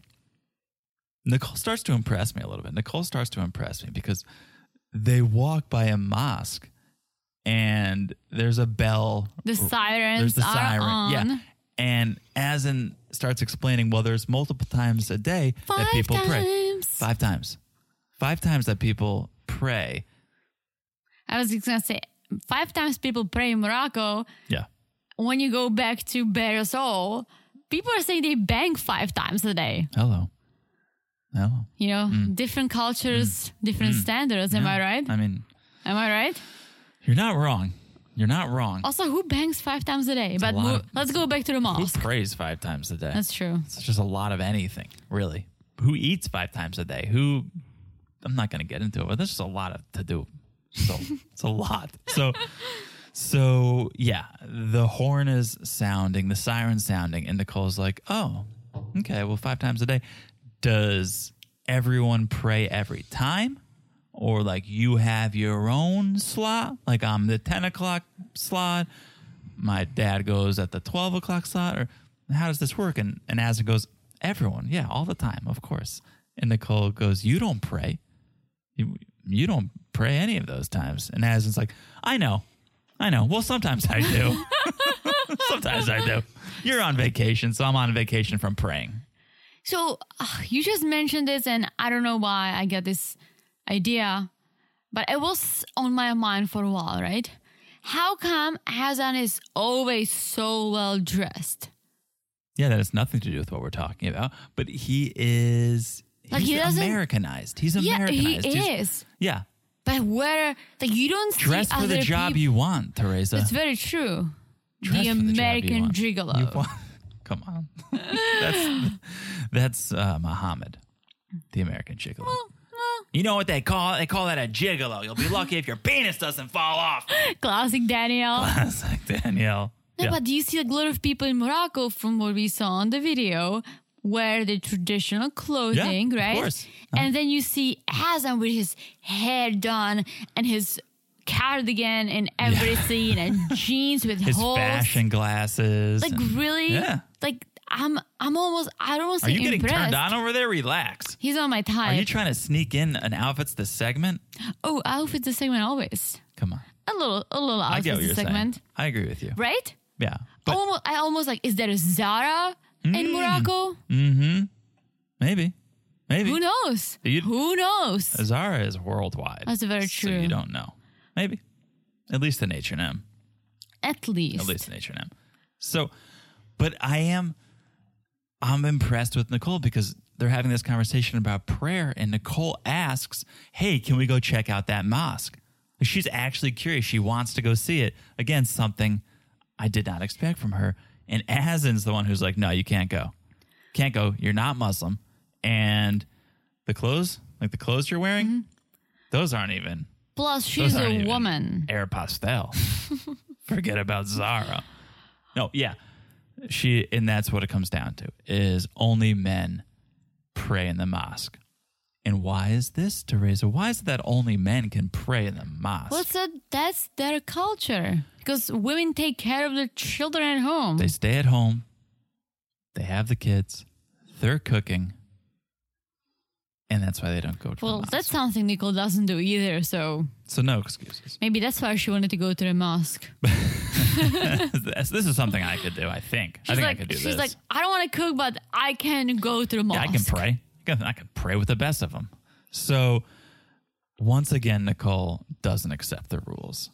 A: Nicole starts to impress me a little bit. Nicole starts to impress me because they walk by a mosque and there's a bell.
B: The sirens
A: There's the
B: are
A: siren.
B: on.
A: Yeah. And Azin starts explaining, well, there's multiple times a day
B: Five
A: that people pray.
B: times.
A: Five times. Five times that people pray.
B: I was just gonna say five times people pray in Morocco.
A: Yeah.
B: When you go back to Bear Soul, people are saying they bang five times a day.
A: Hello. Hello.
B: You know,
A: Mm.
B: different cultures, different standards. Am I right?
A: I mean,
B: Am I right?
A: You're not wrong. You're not wrong.
B: Also, who bangs five times a day? But
A: lot
B: mo-
A: of-
B: let's go back to the
A: Who
B: mosque.
A: prays five times a day?
B: That's true.
A: it's just a lot of anything, really. Who eats five times a day? Who I'm not going to get into it, but there's just a lot of, to do. So it's a lot. So, so yeah, the horn is sounding, the siren sounding, and Nicole's like, "Oh, okay, well, five times a day." Does everyone pray every time, or like you have your own slot? Like I'm the ten o'clock slot. My dad goes at the twelve o'clock slot, or how does this work? And and as it goes, everyone, yeah, all the time, of course. And Nicole goes, "You don't pray." you, you don't pray any of those times. And Aslan's like, I know, I know. Well, sometimes I do. sometimes I do. You're on vacation, so I'm on vacation from praying.
B: So ugh, you just mentioned this, and I don't know why I got this idea, but it was on my mind for a while, right? How come Hazan is always so well dressed?
A: Yeah, that has nothing to do with what we're talking about. But he is
B: Like,
A: he's
B: he doesn't-
A: Americanized. He's
B: Yeah,
A: Americanized.
B: he
A: He's-
B: is.
A: yeah.
B: But where, like, you don't
A: Dress
B: see
A: for the
B: other
A: job
B: peop-
A: you want, Teresa.
B: It's very true.
A: Dress
B: the
A: for the job you
B: American
A: want.
B: gigolo.
A: You want- Come on. that's that's uh, Muhammad, the American gigolo. you know what they call they call that a gigolo. You'll be lucky if your penis doesn't fall off.
B: Classic Danielle.
A: That's like Danielle.
B: No,
A: Yeah.
B: but do you see like, a lot of people in Morocco from what we saw on the video wear the traditional clothing,
A: of
B: right?
A: course. Uh-huh.
B: And then you see Hassan with his hair done and his cardigan and everything and jeans with
A: His
B: holes.
A: fashion glasses.
B: Like
A: and-
B: really?
A: Yeah.
B: Like I'm I'm almost I don't want to
A: Are
B: say
A: you getting
B: impressed.
A: turned on over there? Relax.
B: He's on my
A: Are you
B: type.
A: trying to sneak in an outfits this segment?
B: oh, outfit the segment always.
A: Come on.
B: A little a little
A: I
B: outfit
A: get what you're
B: segment. Oh.
A: saying. I agree with you.
B: Right?
A: Yeah. But Mm.
B: almost I almost like is there a Zara in Morocco?
A: maybe. Maybe.
B: Who knows?
A: You-
B: Who knows?
A: Zara is worldwide.
B: That's very
A: So you
B: true.
A: don't know. Maybe. At least in H and M.
B: At least.
A: At least in H and M. So, but I am, I'm impressed with Nicole because they're having this conversation about prayer, and Nicole asks, "Hey, can we go check out that mosque?" She's actually curious. She wants to go see it. Again, something I did not expect from her. And Azin's the one who's like, "No, you can't go. Can't go. You're not Muslim." And the clothes, like the clothes you're wearing, those aren't even
B: Plus,
A: those
B: she's
A: aren't
B: a
A: even
B: woman.
A: Air pastel. Forget about Zara. No, yeah. She and that's what it comes down to is only men pray in the mosque. And why is this, Teresa? Why is it that only men can pray in the mosque?
B: What's that? That's their culture. Because women take care of their children at home.
A: they stay at home. They have the kids. They're cooking. And that's why they don't go to the
B: well,
A: mosque.
B: that's something Nicole doesn't do either. So
A: so no excuses.
B: maybe that's why she wanted to go to the mosque.
A: this this is something I could do, I think. I
B: She's
A: think
B: like,
A: I could do
B: she's
A: this.
B: like, I don't want to cook, but I can go to the mosque.
A: Yeah, I can pray. I can, I can pray with the best of them. So once again, Nicole doesn't accept the rules.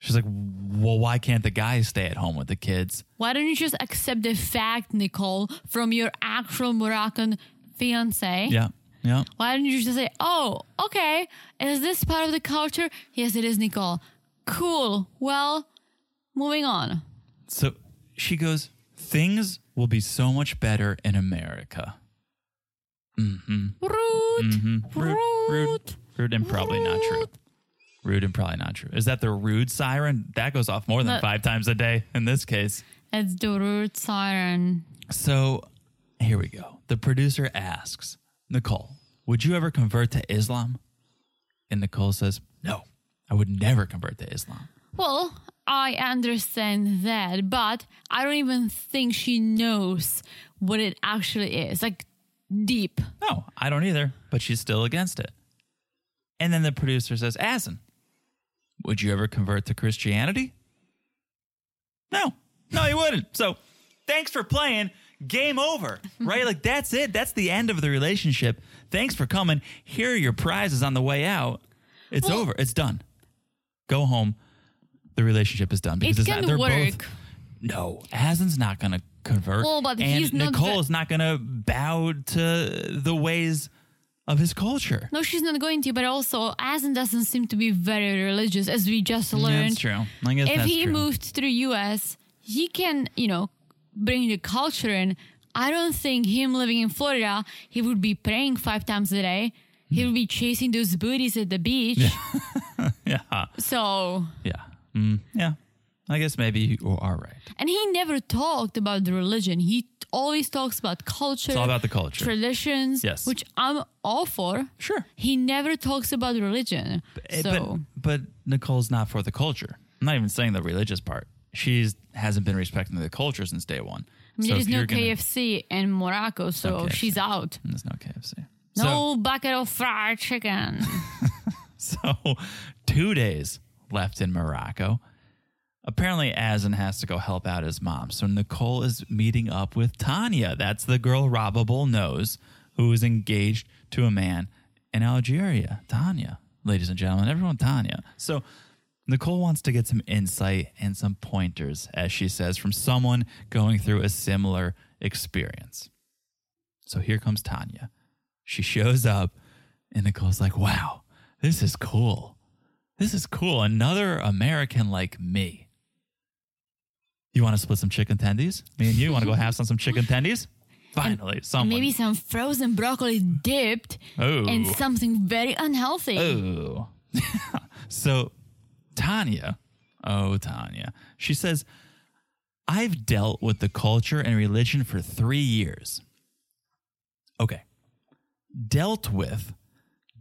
A: She's like, well, why can't the guys stay at home with the kids?
B: Why don't you just accept the fact, Nicole, from your actual Moroccan fiance?
A: Yeah. Yeah.
B: Why didn't you just say, oh, okay, is this part of the culture? Yes, it is, Nicole. Cool. Well, moving on.
A: So she goes, things will be so much better in America.
B: Rude.
A: Rude, rude, rude, and probably not true. Rude and probably not true. Is that the rude siren? That goes off more than
B: That-
A: five times a day in this case.
B: It's the rude siren.
A: So here we go. The producer asks, Nicole, would you ever convert to Islam? And Nicole says, No, I would never convert to Islam.
B: Well, I understand that, but I don't even think she knows what it actually is. Like, deep.
A: No, I don't either, but she's still against it. And then the producer says, Asin, would you ever convert to Christianity? No, no, you wouldn't. So thanks for playing. Game over, right? like that's it. That's the end of the relationship. Thanks for coming. Here are your prizes on the way out. It's
B: Well-
A: over. It's done. Go home. The relationship is done because
B: it
A: it's not,
B: can
A: they're
B: work.
A: both no, Hasan's not going to convert.
B: Well, but
A: and
B: he's not
A: Nicole
B: ve-
A: is not going to bow to the ways of his culture.
B: No, she's not going to, but also, Asin doesn't seem to be very religious, as we just
A: Yeah,
B: learned.
A: that's true. I guess
B: if
A: that's
B: he
A: true.
B: moved to the US, he can, you know, bring the culture in. I don't think him living in Florida, he would be praying five times a day. He'll be chasing those booties at the beach.
A: Yeah.
B: So,
A: Yeah. Mm, yeah. I guess maybe you are right.
B: and he never talked about the religion. He t- always talks about culture.
A: It's all about the culture.
B: Traditions,
A: Yes.
B: which I'm all for.
A: Sure.
B: He never talks about religion.
A: Eh,
B: so,
A: But, but Nicole's not for the culture. I'm not even saying the religious part. She's hasn't been respecting the culture since day one.
B: I
A: So
B: mean, there
A: if
B: is no
A: you're gonna-
B: KFC in Morocco, so
A: Okay,
B: she's out.
A: There's no KFC.
B: no bucket of fried chicken.
A: So, so two days left in Morocco. Apparently, Azen has to go help out his mom. So Nicole is meeting up with Tanya. That's the girl Robable knows who is engaged to a man in Algeria. Tanya, ladies and gentlemen, everyone, Tanya. So Nicole wants to get some insight and some pointers, as she says, from someone going through a similar experience. So here comes Tanya. She shows up, and Nicole's like, wow, this is cool. This is cool. Another American like me. You want to split some chicken tendies? Me and you want to go have some, some chicken tendies? Finally, someone.
B: Maybe some frozen broccoli dipped
A: oh.
B: in something very unhealthy.
A: Oh. so Tanya, oh, Tanya, she says, I've dealt with the culture and religion for three years. Okay. Dealt with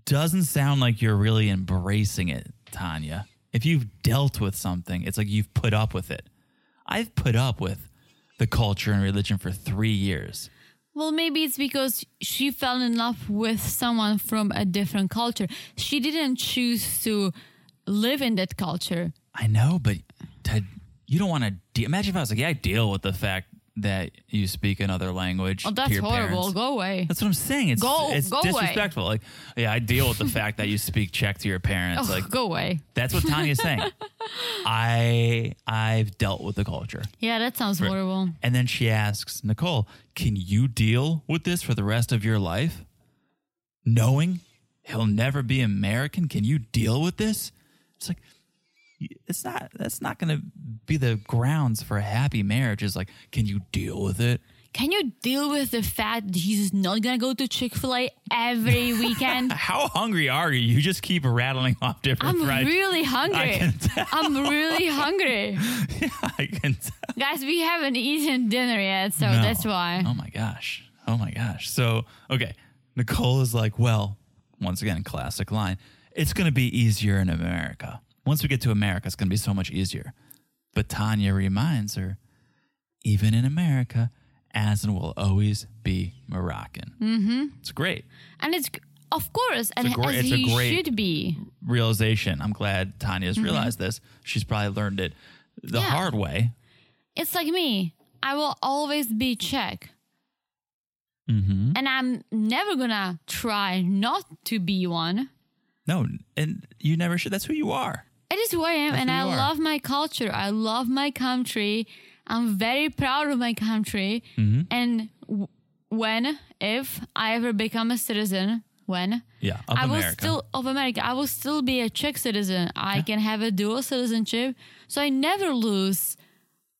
A: doesn't sound like you're really embracing it, Tanya. If you've dealt with something, it's like you've put up with it. I've put up with the culture and religion for three years.
B: Well, maybe it's because she fell in love with someone from a different culture. She didn't choose to live in that culture.
A: I know, but Ted, you don't want to. De- Imagine if I was like, yeah, I deal with the fact that you speak another language.
B: Oh,
A: to
B: that's
A: your
B: horrible.
A: parents.
B: Go away.
A: That's what I'm saying. It's
B: Go-
A: it's
B: go away.
A: disrespectful. Like, yeah, I deal with the fact that you speak Czech to your parents.
B: Ugh,
A: like,
B: Oh, go away.
A: that's what Tanya's saying. I I've dealt with the culture.
B: Yeah, that sounds horrible.
A: And then she asks Nicole, "Can you deal with this for the rest of your life, knowing he'll never be American? Can you deal with this?" It's like it's not that's not going to be the grounds for a happy marriage. Is like, can you deal with it?
B: Can you deal with the fact that he's not gonna go to Chick Fil A every weekend?
A: How hungry are you? You just keep rattling off different
B: I'm
A: fried-
B: really
A: I
B: hungry.
A: can tell.
B: I'm really hungry,
A: I can tell.
B: guys. We haven't eaten dinner yet, so
A: No.
B: that's why.
A: Oh my gosh. Oh my gosh. So, okay. Nicole is like, well, once again, classic line. It's going to be easier in America. Once we get to America, it's going to be so much easier. But Tanya reminds her, even in America, Asin will always be Moroccan. Mm-hmm. It's great.
B: And it's of course, and
A: a gr-
B: as
A: it's a
B: he
A: great-
B: should be.
A: Realization. I'm glad Tanya's realized this. She's probably learned it the
B: Mm-hmm. Yeah.
A: hard way.
B: It's like me. I will always be Czech,
A: Mm-hmm.
B: and I'm never gonna try not to be one.
A: No, and you never should. That's who you are.
B: It is who I am,
A: That's
B: and
A: who
B: I
A: you are.
B: love my culture. I love my country. I'm very proud of my country.
A: Mm-hmm.
B: And w- when, if I ever become a citizen, when
A: Yeah. Of
B: I will
A: America.
B: still of America, I will still be a Czech citizen. I can have a dual citizenship, so I never lose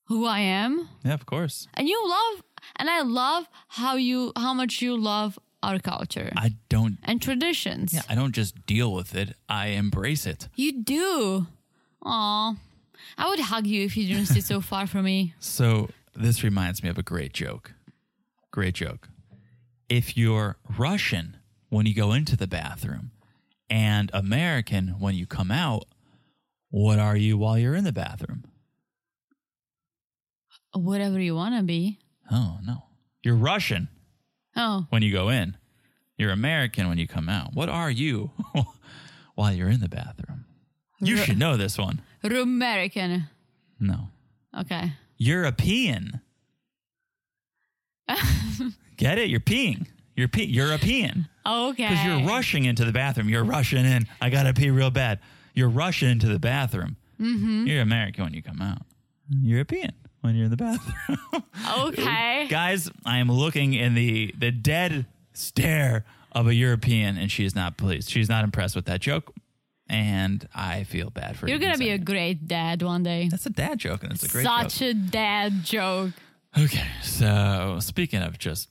B: who I am.
A: yeah, of course.
B: And you love, and I love how you how much you love our culture
A: I don't
B: and traditions.
A: I don't just deal with it. I embrace it.
B: You do. Aw. I would hug you if you didn't sit so far from me.
A: So this reminds me of a great joke. Great joke. If you're Russian when you go into the bathroom and American when you come out, what are you while you're in the bathroom?
B: Whatever you want to be.
A: Oh no. You're Russian
B: Oh,
A: when you go in. You're American when you come out. What are you while you're in the bathroom? You
B: Ru-
A: should know this one.
B: American.
A: No.
B: Okay.
A: European. Get it? You're peeing. You're pe- European.
B: Okay.
A: Because you're rushing into the bathroom. You're rushing in. I got to pee real bad. You're rushing into the bathroom.
B: Mm-hmm.
A: You're American when you come out. European when you're in the bathroom.
B: Okay.
A: Guys, I am looking in the, the dead stare of a European, and she is not pleased. She's not impressed with that joke. And I feel bad for
B: You're
A: even
B: going to be a
A: saying it.
B: great dad one day.
A: That's a dad joke, and it's a great joke.
B: Such a dad joke.
A: Okay, so speaking of just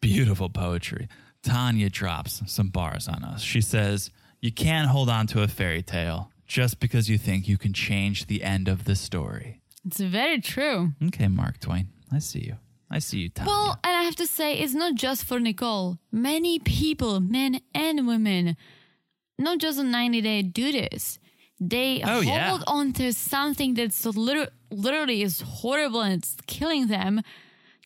A: beautiful poetry, Tanya drops some bars on us. She says, You can't hold on to a fairy tale just because you think you can change the end of the story.
B: It's very true.
A: Okay, Mark Twain. I see you. I see you, Tanya.
B: Well, and I have to say, it's not just for Nicole. Many people, men and women, not just on 90 Day, do this. They
A: Oh,
B: hold
A: yeah.
B: on to something that's liter- literally is horrible and it's killing them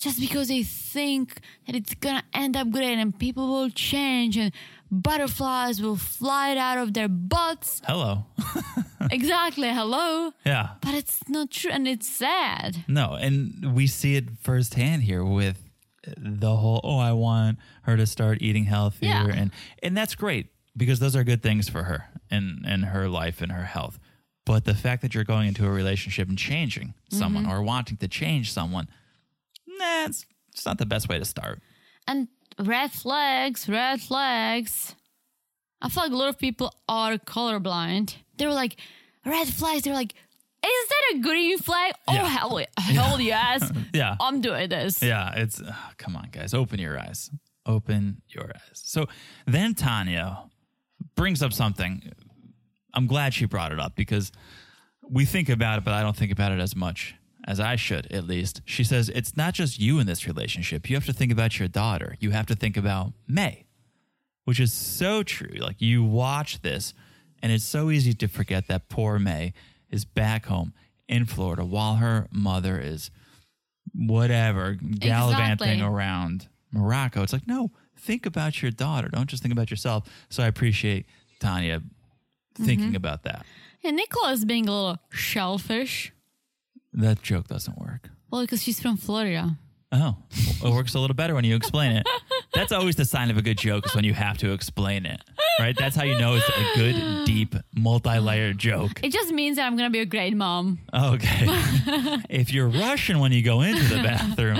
B: just because they think that it's gonna end up great and people will change and butterflies will fly out of their butts.
A: Hello.
B: exactly, hello.
A: yeah.
B: But it's not true and it's sad.
A: No, and we see it firsthand here with the whole oh I want her to start eating healthier
B: Yeah.
A: and and that's great because those are good things for her and and her life and her health. But the fact that you're going into a relationship and changing someone or wanting to change someone, nah, it's, it's not the best way to start.
B: and red flags, red flags. I feel like a lot of people are colorblind. They were like, red flags. They're like, is that a green flag? Oh,
A: Yeah.
B: hell, hell yes.
A: Yeah.
B: I'm doing this.
A: Yeah, it's ugh, come on, guys, open your eyes, open your eyes. So then Tanya brings up something. I'm glad she brought it up because we think about it, but I don't think about it as much as I should, at least. She says it's not just you in this relationship. You have to think about your daughter. You have to think about May, which is so true. Like you watch this, and it's so easy to forget that poor May is back home in Florida while her mother is whatever gallivanting
B: Exactly.
A: around Morocco. It's like, no, think about your daughter. Don't just think about yourself. So I appreciate Tanya thinking about that.
B: And Nicola is being a little shellfish.
A: That joke doesn't work.
B: Well, because she's from Florida.
A: Oh, it works a little better when you explain it. That's always the sign of a good joke is when you have to explain it, right? That's how you know it's a good, deep, multi-layered joke.
B: It just means that I'm going to be a great mom.
A: Okay. if you're Russian when you go into the bathroom,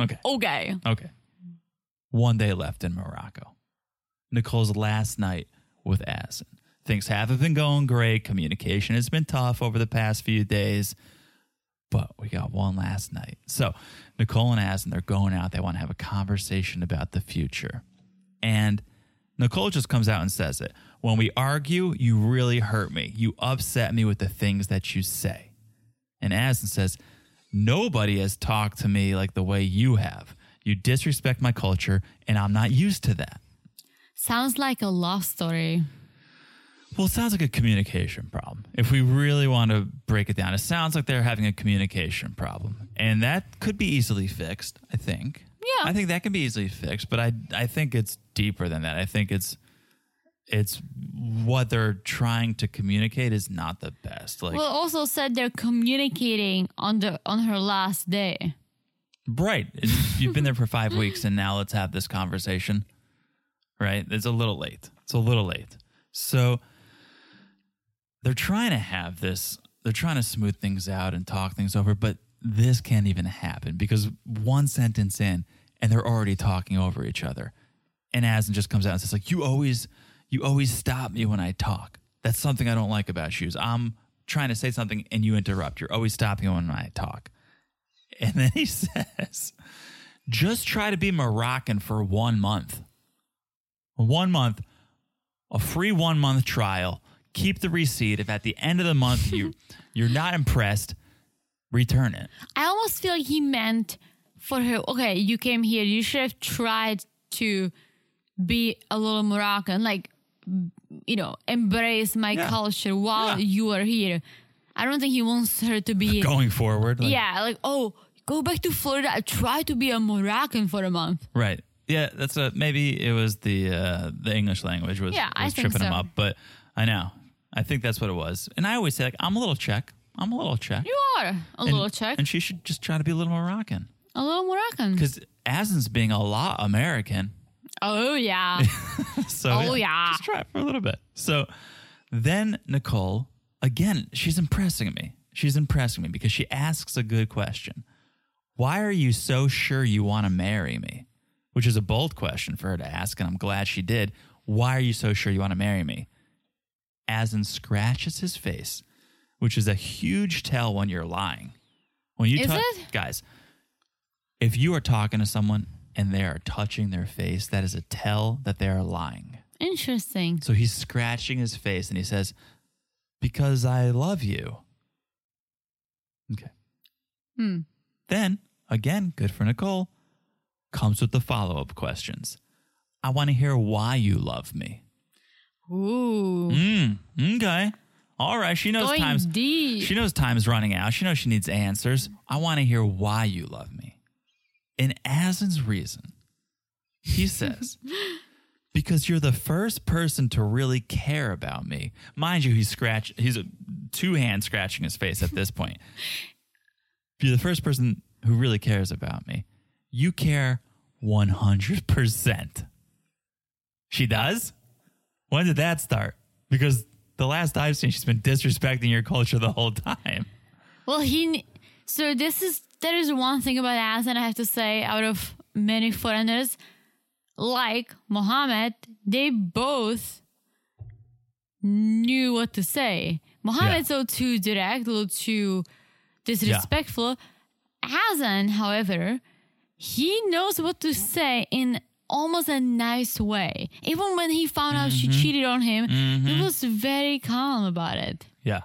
A: okay.
B: Okay.
A: Okay. One day left in Morocco. Nicole's last night with Asin. Things haven't been going great. Communication has been tough over the past few days, but we got one last night. So Nicole and Asin, they're going out. They want to have a conversation about the future. And Nicole just comes out and says it. When we argue, you really hurt me. You upset me with the things that you say. And Asin says, Nobody has talked to me like the way you have. You disrespect my culture, and I'm not used to that.
B: Sounds like a love story.
A: Well, it sounds like a communication problem. If we really want to break it down, it sounds like they're having a communication problem. And that could be easily fixed, I think.
B: Yeah.
A: I think that can be easily fixed, but I I think it's deeper than that. I think it's it's what they're trying to communicate is not the best. Like
B: well, also said they're communicating on the on her last day.
A: Right. It's- You've been there for five weeks and now let's have this conversation. Right? It's a little late. It's a little late. So they're trying to have this, they're trying to smooth things out and talk things over, but this can't even happen because one sentence in and they're already talking over each other. And Asin just comes out and says, like, you always, you always stop me when I talk. That's something I don't like about you. is I'm trying to say something and you interrupt. You're always stopping me when I talk. And then he says, just try to be Moroccan for one month. One month, a free one month trial. Keep the receipt. If at the end of the month you you're not impressed, return it.
B: I almost feel he meant for her, okay, you came here, you should have tried to be a little Moroccan, like, you know, embrace my
A: Yeah.
B: culture while
A: Yeah.
B: you are here. I don't think he wants her to be,
A: Going forward. like-
B: yeah, like, oh, go back to Florida, try to be a Moroccan for a month.
A: Right. Yeah, that's a maybe it was the uh the English language was,
B: Yeah, I
A: was
B: think
A: tripping him
B: so.
A: up, but I know. I think that's what it was. And I always say like I'm a little Czech. I'm a little Czech.
B: You are a little Czech,
A: And she should just try to be a little Moroccan.
B: a little Moroccan.
A: Because Asin's being a lot American.
B: Oh, yeah.
A: So
B: Oh, yeah.
A: Just try it for a little bit. So then Nicole, again, she's impressing me. She's impressing me because she asks a good question. Why are you so sure you want to marry me? Which is a bold question for her to ask, and I'm glad she did. Why are you so sure you want to marry me? As in scratches his face, which is a huge tell when you're lying. When you
B: Is
A: talk,
B: it?
A: guys, if you are talking to someone and they are touching their face, that is a tell that they are lying.
B: Interesting.
A: So he's scratching his face and he says, Because I love you. Okay.
B: Hmm.
A: Then, again, good for Nicole, comes with the follow up questions. I want to hear why you love me.
B: Ooh.
A: Mm, okay. All right. She knows
B: Going
A: time's
B: deep.
A: she knows time's running out. She knows she needs answers. I want to hear why you love me. And Asin's reason, he says, because you're the first person to really care about me. Mind you, he's scratch he's a two hands scratching his face at this point. You're the first person who really cares about me. You care 100%. She does? When did that start? Because the last I've seen, she's been disrespecting your culture the whole time.
B: Well, he. ne- So this is there is one thing about Asin I have to say out of many foreigners, like Mohammed, they both knew what to say. Mohammed's a little too direct, a little too disrespectful. Asin, however, he knows what to say in almost a nice way. Even when he found out she cheated on him, he was very calm about it.
A: Yeah.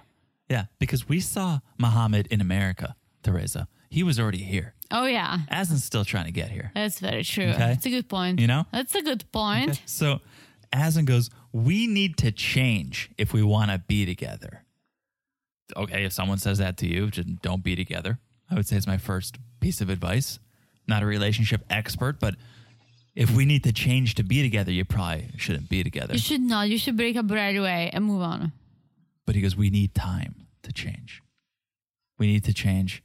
A: Yeah. Because we saw Muhammad in America, Teresa. He was already here.
B: Oh yeah.
A: Asin's still trying to get here.
B: That's very true.
A: Okay.
B: That's a good point.
A: You know?
B: That's a good point.
A: So Asin goes, We need to change if we want to be together. Okay. If someone says that to you, just don't be together. I would say it's my first piece of advice. Not a relationship expert, but if we need to change to be together, you probably shouldn't be together.
B: You should not. You should break up right away and move on.
A: But he goes, We need time to change. We need to change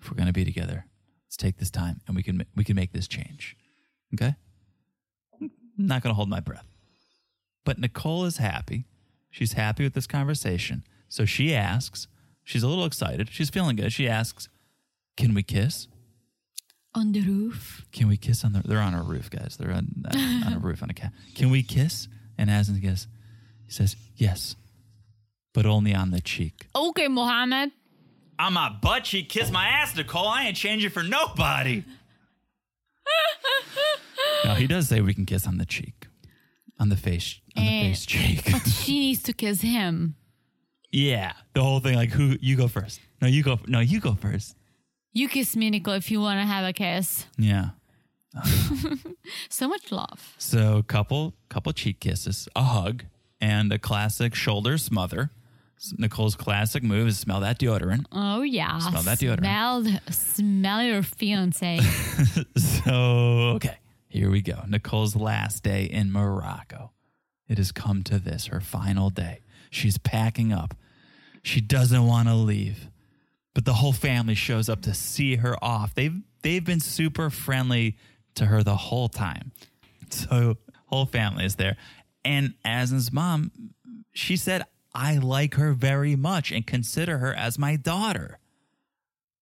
A: if we're going to be together. Let's take this time and we can, ma- we can make this change. Okay? I'm not going to hold my breath. But Nicole is happy. She's happy with this conversation. So she asks, she's a little excited. She's feeling good. She asks, Can we kiss?
B: On the roof.
A: Can we kiss on the? They're on a roof, guys. They're on, uh, on a roof on a cat. Can we kiss? And Asin goes, he says, yes, but only on the cheek.
B: Okay, Mohammed.
A: On my butt cheek, kiss my ass, Nicole. I ain't changing for nobody. no, he does say we can kiss on the cheek, on the face, on the
B: Eh.
A: face cheek.
B: She needs to kiss him.
A: yeah, the whole thing. Like, who? You go first. No, you go. No, you go first.
B: You kiss me, Nicole, if you want to have a kiss.
A: Yeah.
B: So much love.
A: So couple couple cheek kisses, a hug, and a classic shoulder smother. S- Nicole's classic move is smell that deodorant.
B: Oh, yeah.
A: Smell that deodorant.
B: Smell, smell your fiance.
A: So okay, here we go. Nicole's last day in Morocco. It has come to this, her final day. She's packing up. She doesn't want to leave. But the whole family shows up to see her off. They've they've been super friendly to her the whole time. So whole family is there. And Asin's mom, she said, I like her very much and consider her as my daughter.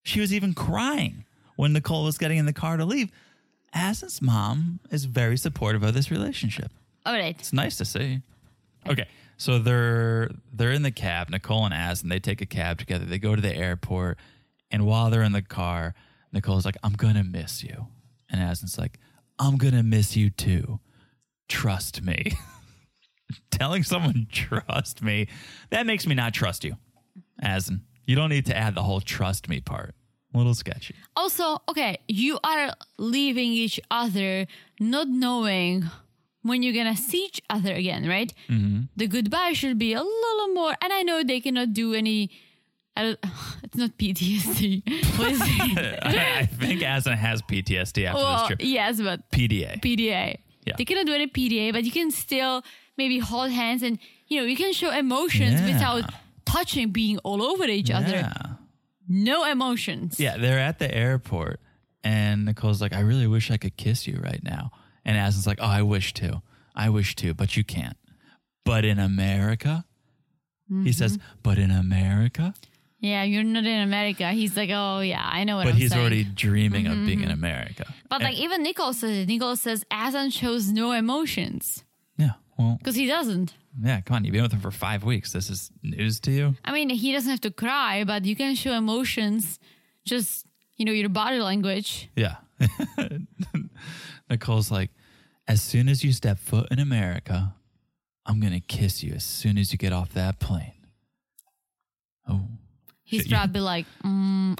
A: She was even crying when Nicole was getting in the car to leave. Asin's mom is very supportive of this relationship.
B: All right.
A: It's nice to see. Okay, so they're they're in the cab. Nicole and Asin they take a cab together. They go to the airport, and while they're in the car, Nicole's like, "I'm gonna miss you," and Asin's like, "I'm gonna miss you too. Trust me." Telling someone trust me that makes me not trust you, Asin. You don't need to add the whole trust me part. A little sketchy.
B: Also, okay, you are leaving each other not knowing when you're gonna see each other again, right? Mm-hmm. The goodbye should be a little more, and I know they cannot do any. I don't, it's not PTSD. What is it?
A: I, I think Asin has PTSD after
B: well,
A: this trip.
B: yes, but
A: PDA.
B: PDA.
A: Yeah.
B: They cannot do any PDA, but you can still maybe hold hands and you know you can show emotions
A: Yeah.
B: without touching, being all over each other.
A: Yeah.
B: No emotions.
A: Yeah, they're at the airport, and Nicole's like, "I really wish I could kiss you right now," and Asin's like, "Oh, I wish to, I wish to, but you can't." But in America, he says,
B: Mm-hmm.
A: "But in America,"
B: Yeah, you're not in America. He's like, oh yeah, I know what
A: but
B: I'm
A: he's
B: saying. Mm-hmm.
A: already dreaming of being in America.
B: but like even Nicole says it. Nicole says Asan shows no emotions
A: Yeah, well,
B: because he doesn't.
A: yeah, come on, you've been with him for five weeks. This is news to you.
B: I mean, he doesn't have to cry, but you can show emotions. Just you know your body language.
A: Yeah. Nicole's like, as soon as you step foot in America, I'm gonna kiss you as soon as you get off that plane. Oh,
B: He's
A: Shit, you-
B: probably like, mm,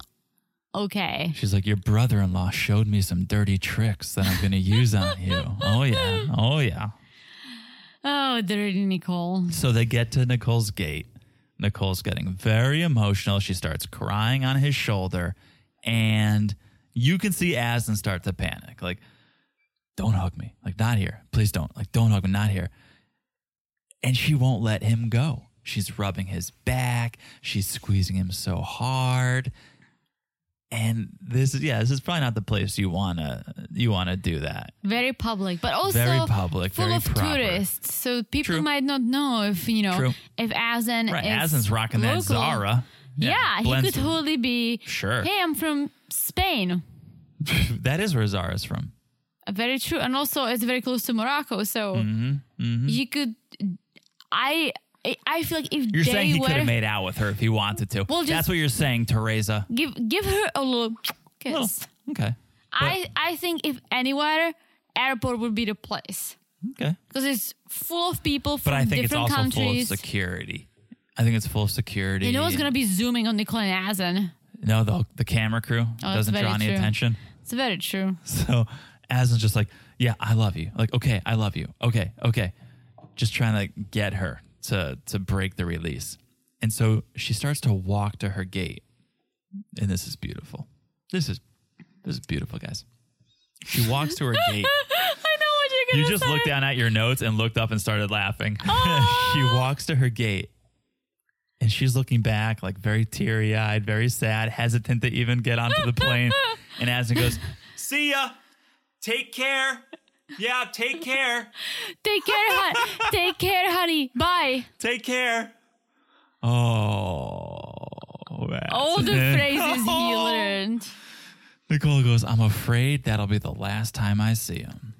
B: okay.
A: she's like, your brother-in-law showed me some dirty tricks that I'm gonna use on you. Oh yeah, oh yeah.
B: Oh, dirty Nicole.
A: So they get to Nicole's gate. Nicole's getting very emotional. She starts crying on his shoulder, and you can see Aslan start to panic. Like, don't hug me. Like, not here. Please don't. Like, don't hug me. Not here. And she won't let him go. She's rubbing his back. She's squeezing him so hard. And this is yeah, this is probably not the place you wanna you wanna do that.
B: Very public, but also
A: Very public,
B: full
A: very
B: of
A: proper.
B: tourists. So people
A: True.
B: might not know if, you know,
A: True.
B: if Azen
A: Right.
B: is.
A: Aslan's rocking that
B: local.
A: Zara.
B: Yeah, he
A: blends
B: could totally be.
A: Sure.
B: Hey, I'm from Spain.
A: that is where Zara's from.
B: Very true. And also, it's very close to Morocco. So
A: Mm-hmm,
B: he could. I I feel like if
A: You're
B: they
A: saying he
B: were.
A: could have made out with her if he wanted to.
B: Well, just-
A: That's what you're saying, Teresa.
B: give, give her a little kiss.
A: Oh, okay.
B: I, I think if anywhere, airport would be the place.
A: Okay.
B: because it's full of people from
A: But I think it's
B: different
A: also full of
B: countries.
A: security. I think it's full of security.
B: you know it's gonna be zooming on Nicole and Azen.
A: No, the, the camera crew
B: Oh, that's
A: doesn't draw
B: very
A: any
B: true.
A: attention.
B: It's very true.
A: So Aslan's just like, yeah, I love you. Like, okay, I love you. Okay, okay. Just trying to like, get her to to break the release. And so she starts to walk to her gate. And this is beautiful. This is this is beautiful, guys. She walks to her gate.
B: I know what you're gonna
A: You just
B: say.
A: looked down at your notes and looked up and started laughing.
B: Oh.
A: she walks to her gate and she's looking back, like very teary eyed, very sad, hesitant to even get onto the plane. and Aslan goes, See ya. Take care. Yeah, take care.
B: Take care, honey. Take care, honey. Bye.
A: Take care. Oh. Aslan.
B: All the phrases he learned.
A: Nicole goes, I'm afraid that'll be the last time I see him.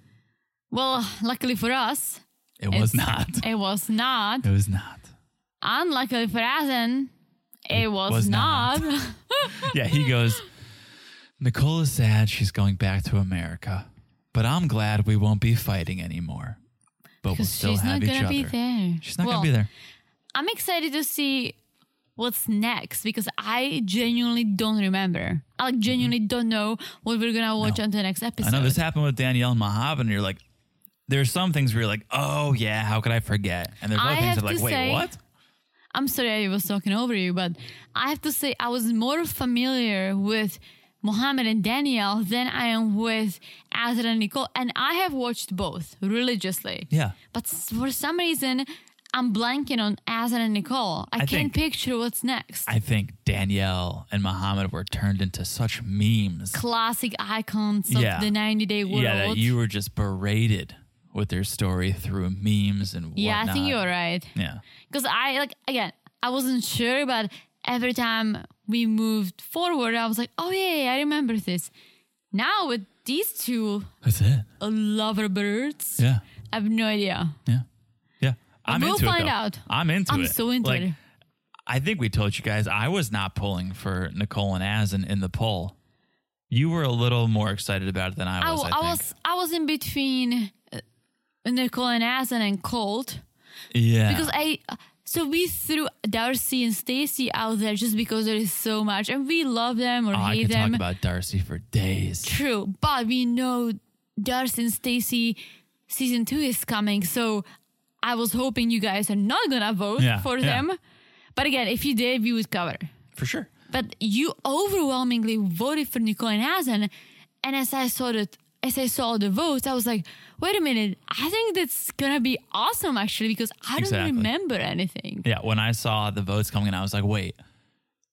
B: Well, luckily for us,
A: It was
B: It's-
A: not.
B: it was not.
A: It was not.
B: Unluckily for Azen, it was,
A: was
B: not.
A: not. yeah, he goes, Nicole is sad she's going back to America, but I'm glad we won't be fighting anymore. But we'll
B: Because
A: still
B: she's not
A: have each
B: gonna
A: other.
B: be there.
A: She's not
B: Well,
A: going to be there.
B: I'm excited to see what's next because I genuinely don't remember. I like genuinely don't know what we're gonna watch on the next episode.
A: Mm-hmm. I know this happened with Danielle and Mahab, and you're like, there's some things where you're like, oh, yeah, how could I forget? And there's other
B: I
A: things
B: have
A: that are like,
B: to
A: wait,
B: say-
A: what?
B: I'm sorry I was talking over you, but I have to say I was more familiar with Mohammed and Danielle than I am with Azra and Nicole, and I have watched both religiously.
A: Yeah.
B: But s- for some reason, I'm blanking on Azra and Nicole. I, can't
A: think-
B: picture what's next.
A: I think Danielle and Muhammad were turned into such memes.
B: Classic icons of
A: Yeah.
B: the 90 Day World.
A: Yeah, that you were just berated with their story through memes and whatnot.
B: Yeah, I think you're right.
A: Yeah.
B: Because I like again, I wasn't sure, but every time we moved forward, I was like, oh yeah, yeah, I remember this. Now with these two
A: That's it.
B: lover birds,
A: Yeah.
B: I have no idea.
A: Yeah. Yeah. I'm
B: we'll
A: into it,
B: find
A: though.
B: out.
A: I'm into
B: I'm
A: it.
B: so into
A: Like,
B: it.
A: I think we told you guys I was not pulling for Nicole and Asin in the poll. You were a little more excited about it than I
B: I,
A: was. I,
B: I
A: think.
B: was I was in between uh, Nicole and Asen and Colt
A: Yeah.
B: because I. So we threw Darcy and Stacy out there just because there is so much, and we love them or
A: Oh, I
B: hate
A: could
B: them.
A: talk about Darcy for days.
B: True, but we know Darcy and Stacy season two is coming, so I was hoping you guys are not gonna vote
A: Yeah,
B: for
A: yeah.
B: them. But again, if you did, we would cover.
A: For sure.
B: But you overwhelmingly voted for Nicole and Hazen, and as I saw that, as I saw the votes, I was like, "Wait a minute! I think that's gonna be awesome, actually, because I
A: Exactly.
B: don't remember anything."
A: Yeah. When I saw the votes coming in, I was like, wait,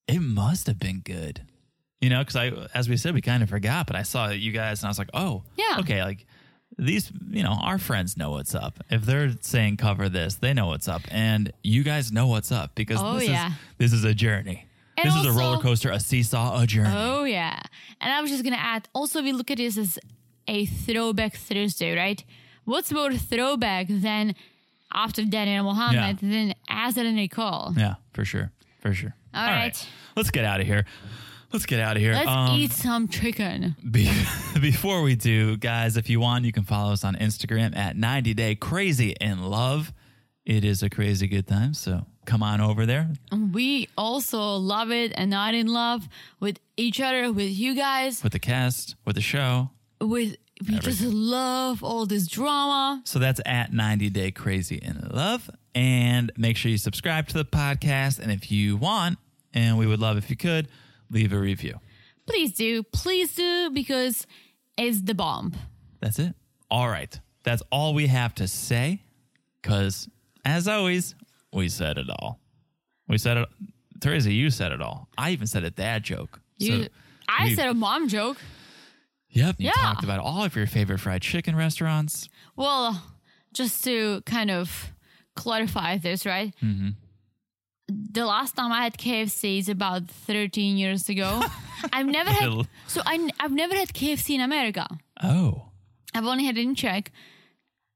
A: it must have been good. You know, because I, as we said, we kind of forgot, but I saw you guys and I was like, oh,
B: Yeah.
A: Okay. Like these, you know, our friends know what's up. If they're saying cover this, they know what's up. And you guys know what's up because
B: Oh,
A: this,
B: yeah.
A: is, this is a journey.
B: And
A: this is a
B: also-
A: roller coaster, a seesaw, a journey.
B: Oh yeah. And I was just gonna add also we look at this as a throwback Thursday, right? What's more throwback than after Daniel Mohammed than Azad and Nicole?
A: Yeah, for sure. For sure.
B: All right.
A: Let's get out of here. Let's get out of here.
B: Let's
A: Um,
B: eat some chicken.
A: Be- before we do, guys, if you want, you can follow us on Instagram at 90 Day Crazy in Love. It is a crazy good time, so come on over there.
B: We also love it and are in love with each other, with you guys,
A: with the cast, with the show.
B: with we just love all this drama.
A: So that's at 90 Day Crazy in Love. And make sure you subscribe to the podcast. And if you want, and we would love if you could, leave a review.
B: Please do, please do, because it's the bomb.
A: That's it. All right. That's all we have to say. Because as always, we said it all. We said it. Teresa, you said it all. I even said a dad joke.
B: You,
A: So
B: I
A: we-
B: said a mom joke.
A: Yep. You
B: Yeah.
A: talked about all of your favorite fried chicken restaurants.
B: Well, just to kind of clarify this, right? The last time I had KFC is about 13 years ago. I've never had
A: Little.
B: so I, have never had KFC in America.
A: Oh.
B: I've only had it in Czech.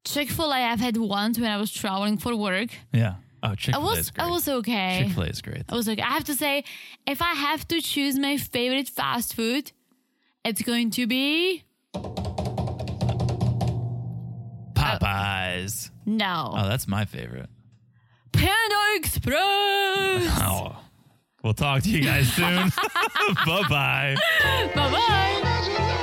B: Chick Fil A I've had once when I was traveling for work.
A: Yeah. Oh, Chick
B: I
A: fil A.
B: was I Oh, was okay.
A: Chick fil A is great.
B: I was like, I have to say, if I have to choose my favorite fast food, it's going to be uh,
A: Popeyes.
B: no
A: Oh, that's my favorite.
B: Panda Express.
A: Oh. We'll talk to you guys soon. bye bye.
B: bye bye.
C: Imagine